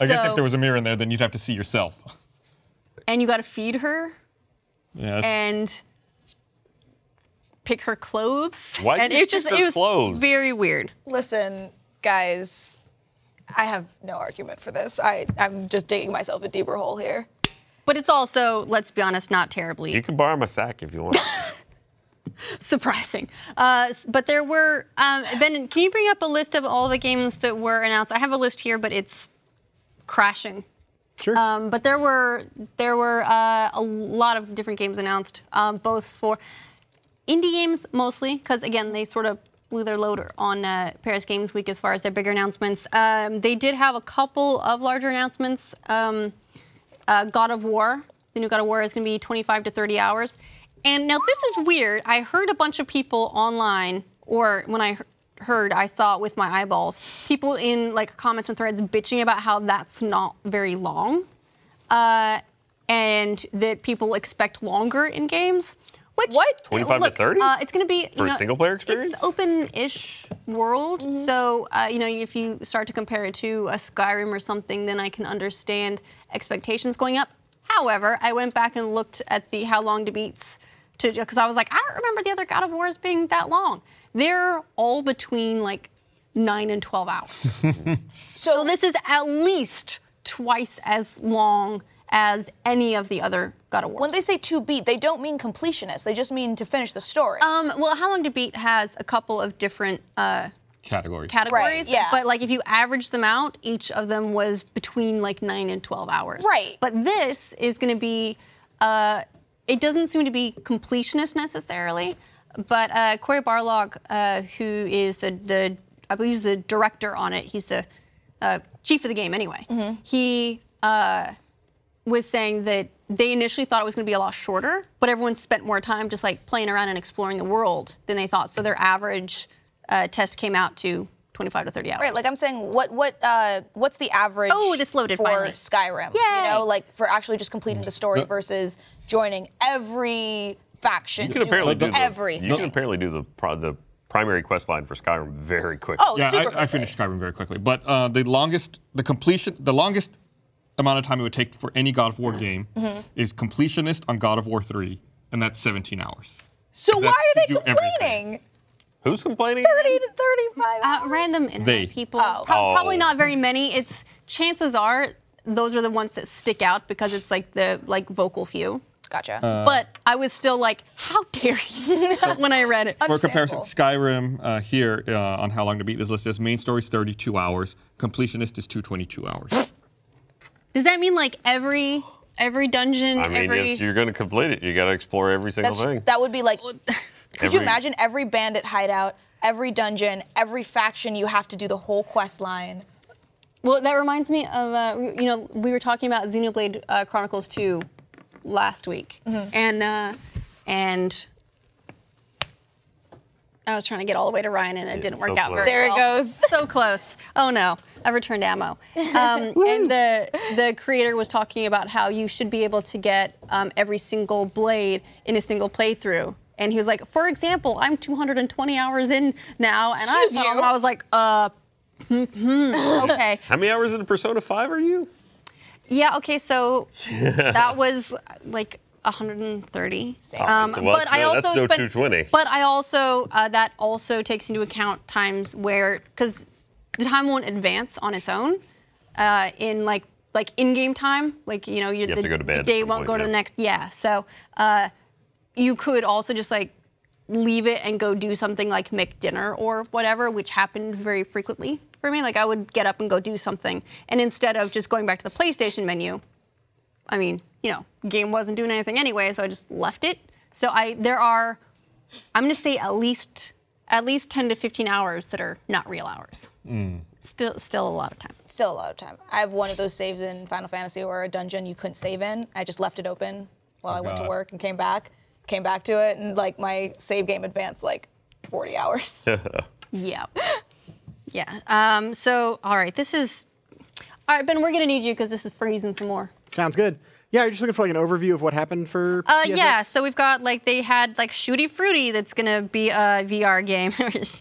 I guess if So- there was a mirror in there, then you'd have to see yourself. and you got to feed her Yeah, that's- and pick her clothes. Why do and you it's pick just her it was clothes? very weird. Listen, guys, I have no argument for this. I, I'm just digging myself a deeper hole here. But it's also, let's be honest, not terribly You can borrow my sack if you want. surprising. Uh, s- but there were um, Ben. Can you bring up a list of all the games that were announced? I have a list here, but it's crashing. Sure. Um, but there were there were uh, a lot of different games announced, um, both for indie games mostly, because again they sort of blew their load on uh, Paris Games Week as far as their bigger announcements. Um, they did have a couple of larger announcements. Um, uh, God of War, the new God of War is going to be 25 to 30 hours. And now this is weird. I heard a bunch of people online, or when I he- heard, I saw it with my eyeballs. People in like comments and threads bitching about how that's not very long, uh, and that people expect longer in games. Which What? 25 to look, 30? Uh, it's going to be For you a know, single-player experience? It's open-ish world, so uh, you know if you start to compare it to a Skyrim or something, then I can understand expectations going up. However, I went back and looked at the how long to beats to because I was like, I don't remember the other God of Wars being that long. They're all between like nine and twelve hours. so this is at least twice as long as any of the other God of Wars. When they say to beat, they don't mean completionist. They just mean to finish the story. Um, well, How Long to Beat has a couple of different uh, categories. categories. yeah. But like if you average them out, each of them was between like nine and twelve hours. Right. But this is going to be. Uh, it doesn't seem to be completionist necessarily, but uh, Corey Barlog, uh, who is the, the I believe he's the director on it. He's the uh, chief of the game anyway. Mm-hmm. He uh, was saying that they initially thought it was going to be a lot shorter, but everyone spent more time just like playing around and exploring the world than they thought. So their average uh, test came out to 25 to 30 hours. right, like I'm saying, what what uh, what's the average? Oh, this loaded for finally. Skyrim. Yay. You know, like for actually just completing the story versus joining every faction. You can apparently do doing the, everything. You can apparently do the pro, the primary quest line for Skyrim very quick. Oh, yeah, super I, I quickly. finished Skyrim very quickly, but uh, the longest, the completion, the longest amount of time it would take for any God of War game is completionist on God of War three, and that's 17 hours. So why That's are to they do everything. complaining? Who's complaining? Thirty to thirty-five. Uh, hours? random internet They. people. Oh. Pro- Probably Oh. not very many. It's chances are those are the ones that stick out because it's like the like vocal few. Gotcha. Uh. but I was still like, how dare you when I read it. For comparison, Skyrim uh, here uh, on how long to beat is listed as main story is 32 hours, completionist is 222 hours. Does that mean like every every dungeon, I mean, every if you're going to complete it, you got to explore every single That's, thing. that would be like. Could Every- you imagine every bandit hideout, every dungeon, every faction? You have to do the whole quest line. Well, that reminds me of uh, you know we were talking about Xenoblade uh, Chronicles 2 last week, Mm-hmm. and uh, and I was trying to get all the way to Ryan, and it didn't so work out close. very There it well. goes. So close. Oh no, I returned ammo. Um, and the the creator was talking about how you should be able to get um, every single blade in a single playthrough. and he was like, for example, I'm 220 hours in now, and I Excuse saw him. you. I was like, uh, hmm, hmm, okay, How many hours into Persona 5 are you? yeah, okay, so that was like 130. Same. Um, Oh, Well, but that's I no- also that's no spent- 220. But I also uh, that also takes into account times where because the time won't advance on its own uh, in like like in-game time. Like you know, you have the, to go the to bed at day some won't point, go to yeah. the next. Yeah, so uh, you could also just like leave it and go do something like make dinner or whatever, which happened very frequently for me. Like I would get up and go do something, and instead of just going back to the PlayStation menu, I mean, you know, game wasn't doing anything anyway, so I just left it. So I there are, I'm gonna say at least at least 10 to 15 hours that are not real hours. Still, still a lot of time. Still a lot of time. I have one of those saves in Final Fantasy where a dungeon you couldn't save in. I just left it open while I went to God. work and came back, came back to it, and like my save game advanced like 40 hours. Yeah, yeah. Um, so all right, this is all right, Ben. We're gonna need you because this is freezing some more. Sounds good. Yeah, you're just looking for like an overview of what happened for. Uh, PSX? yeah, so we've got like they had like Shooty Fruity that's gonna be a VR game.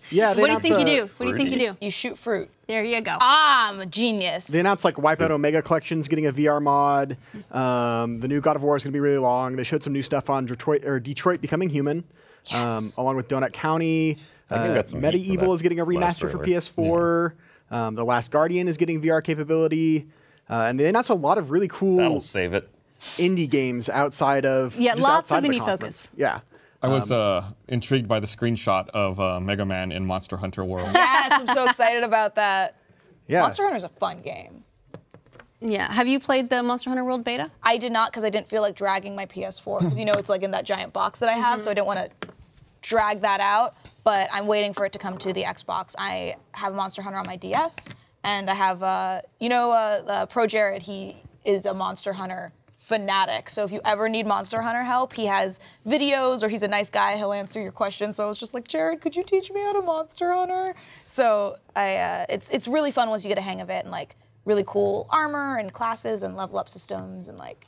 Yeah, they What do you announced, think you uh, do? What do you think you Fruity. do? you shoot fruit. There you go. I'm a genius. They announced like Wipeout Omega Collection's getting a VR mod. Um, the new God of War is going to be really long. They showed some new stuff on Detroit or Detroit Becoming Human, Yes. um, along with Donut County. I think Uh, that's some heat for Medieval that is getting a last remaster for trailer. PS4. Um, the Last Guardian is getting VR capability, uh, and they announced a lot of really cool That'll save it. indie games outside of Yeah, just lots outside of the indie conference. focus. Yeah, I was uh, intrigued by the screenshot of uh, Mega Man in Monster Hunter World. yes, I'm so excited about that. yeah. Monster Hunter is a fun game. Yeah. Have you played the Monster Hunter World beta? I did not because I didn't feel like dragging my PS4 because you know it's like in that giant box that I have, so I didn't want to drag that out. But I'm waiting for it to come to the Xbox. I have Monster Hunter on my DS, and I have uh, you know uh, uh, Pro Jared. He is a Monster Hunter fanatic. So if you ever need Monster Hunter help, he has videos or he's a nice guy. He'll answer your questions. So I was just like, Jared, could you teach me how to Monster Hunter? So I, uh, it's it's really fun once you get a hang of it and like really cool armor and classes and level up systems and like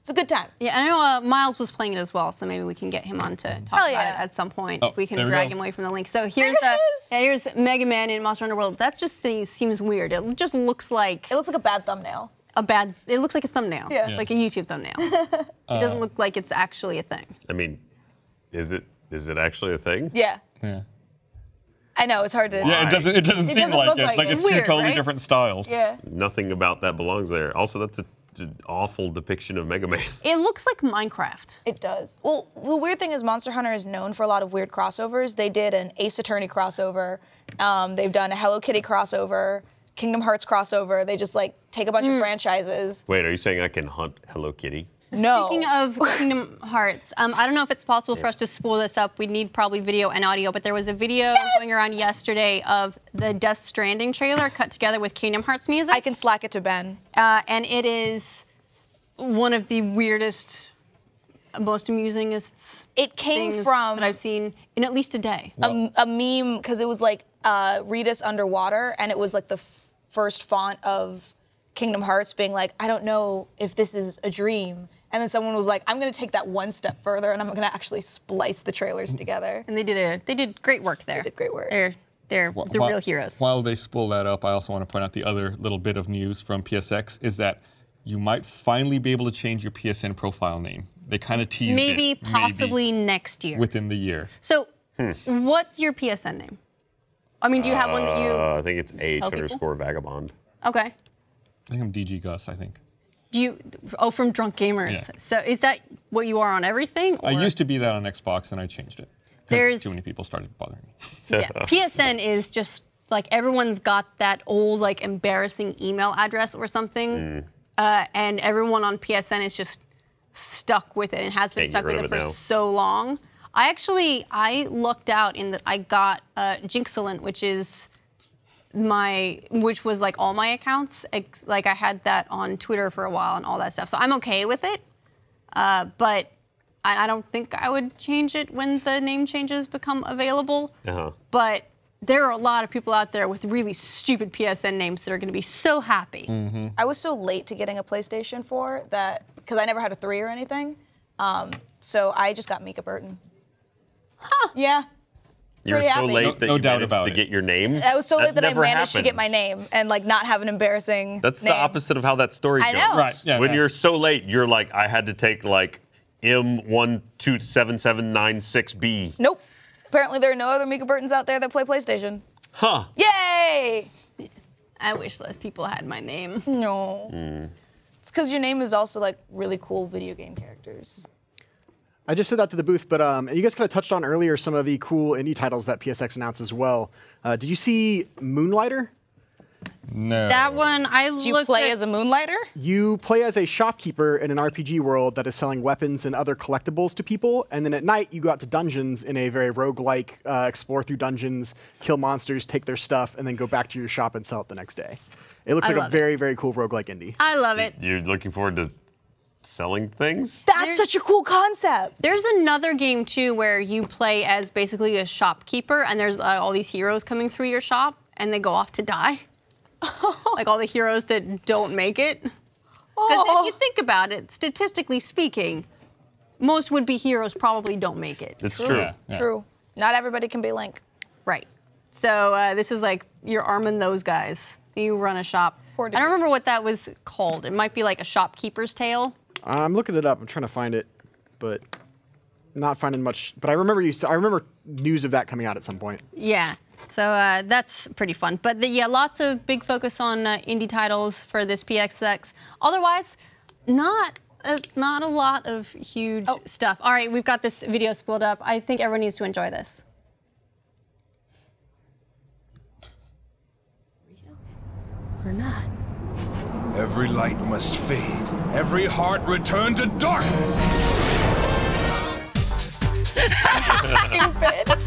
it's a good time. Yeah, I know uh, Miles was playing it as well, so maybe we can get him on to talk about Oh, yeah. it at some point Oh, if we can there we drag go. him away from the link. So here's it the is. yeah, here's Mega Man in Monster Hunter World. That just seems, seems weird. It just looks like It looks like a bad thumbnail. a bad. It looks like a thumbnail, Yeah. Yeah. like a YouTube thumbnail. it doesn't look like it's actually a thing. I mean, is it is it actually a thing? Yeah, yeah. I know it's hard to. Yeah, Why? it doesn't. It doesn't It seem doesn't like look it. like Like it. it's Weird, two totally right? different styles. Yeah. Nothing about that belongs there. Also, that's an awful depiction of Mega Man. It looks like Minecraft. It does. Well, the weird thing is Monster Hunter is known for a lot of weird crossovers. They did an Ace Attorney crossover. Um, they've done a Hello Kitty crossover, Kingdom Hearts crossover. They just like take a bunch of franchises. Wait, are you saying I can hunt Hello Kitty? No. Speaking of Kingdom Hearts, um, I don't know if it's possible for us to spool this up. We need probably video and audio, but there was a video going around yesterday of the Death Stranding trailer cut together with Kingdom Hearts music. I can slack it to Ben. uh, and it is one of the weirdest, most amusingest It came things from that I've seen in at least a day. a, a meme because it was like uh, read us underwater, and it was like the f- first font of Kingdom Hearts being like, I don't know if this is a dream. And then someone was like, I'm gonna take that one step further, and I'm gonna actually splice the trailers together. and they did a they did great work there. did great work. They're they're the While- real heroes. While they spool that up, I also want to point out the other little bit of news from PSX is that you might finally be able to change your PSN profile name. They kind of teased it, Maybe possibly next year. within the year. so, Hmm. what's your PSN name? I mean, do you have one that you? Uh, I think it's H people? underscore vagabond. Okay. I think I'm DG Gus. I think Do you? Oh, from Drunk Gamers. Yeah. So is that what you are on everything? Or? I used to be that on Xbox, and I changed it There's- because too many people started bothering me. Yeah. PSN is just like everyone's got that old like embarrassing email address or something, Mm. uh, and everyone on PSN is just stuck with it and has been Can't get stuck rid with it, of for it now. so long. I actually I looked out in that I got uh, Jinxilent, which is my which was like all my accounts. Ex- like I had that on Twitter for a while and all that stuff, so I'm okay with it. Uh, but I, I don't think I would change it when the name changes become available. Uh-huh. But there are a lot of people out there with really stupid PSN names that are going to be so happy. I was so late to getting a PlayStation 4 that because I never had a three or anything, um, so I just got Mika Burton. Yeah. You're Pretty so happy. late No- that no you doubt managed about to it. get your name. I was so late that I never managed to get my happens. name and like not have an embarrassing. That's name. the opposite of how that story I goes. know. Right, yeah, when yeah. you're so late, you're like, I had to take like M127796B. Nope. Apparently, there are no other Mika Burtons out there that play PlayStation. Huh. Yay! I wish less people had my name. Oh. No. Hmm. It's because your name is also like really cool video game characters. I just said that to the booth, but um, you guys kind of touched on earlier some of the cool indie titles that PSX announced as well. Uh, did you see Moonlighter? No. That one, I Do you looked play at- as a moonlighter? You play as a shopkeeper in an RPG world that is selling weapons and other collectibles to people, and then at night you go out to dungeons in a very roguelike, uh, explore through dungeons, kill monsters, take their stuff, and then go back to your shop and sell it the next day. It looks I like a love it. very, very cool roguelike indie. I love it. You're looking forward to selling things? That's There's- such a cool concept. There's another game too where you play as basically a shopkeeper, and there's uh, all these heroes coming through your shop, and they go off to die. like all the heroes that don't make it. Because Oh. if you think about it, statistically speaking, most would-be heroes probably don't make it. It's true. Yeah, yeah. True. Not everybody can be Link. Right. So uh, this is like you're arming those guys. You run a shop. Poor I don't dudes. remember what that was called. It might be like a shopkeeper's tale. I'm looking it up. I'm trying to find it, but not finding much. But I remember you. I remember news of that coming out at some point. Yeah. So uh, that's pretty fun. But the, yeah, lots of big focus on uh, indie titles for this PXX. Otherwise, not uh, not a lot of huge stuff. All right, we've got this video spooled up. I think everyone needs to enjoy this. or not. Every light must fade, every heart return to darkness. Stupid.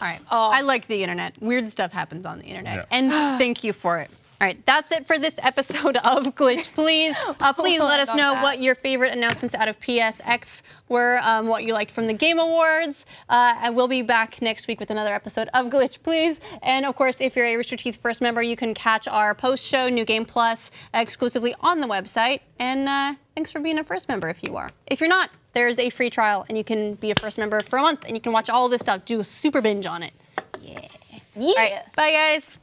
All right. I like the internet. Weird stuff happens on the internet. And thank you for it. All right, that's it for this episode of Glitch. Please, uh, please let us About know that. what your favorite announcements out of PSX were, um, what you liked from the Game Awards. Uh, and we'll be back next week with another episode of Glitch, please. And of course, if you're a Rooster Teeth First member, you can catch our post show, New Game Plus, exclusively on the website. And uh, thanks for being a First member if you are. If you're not, there's a free trial, and you can be a First member for a month, and you can watch all this stuff, do a super binge on it. yeah. All right. Bye, guys.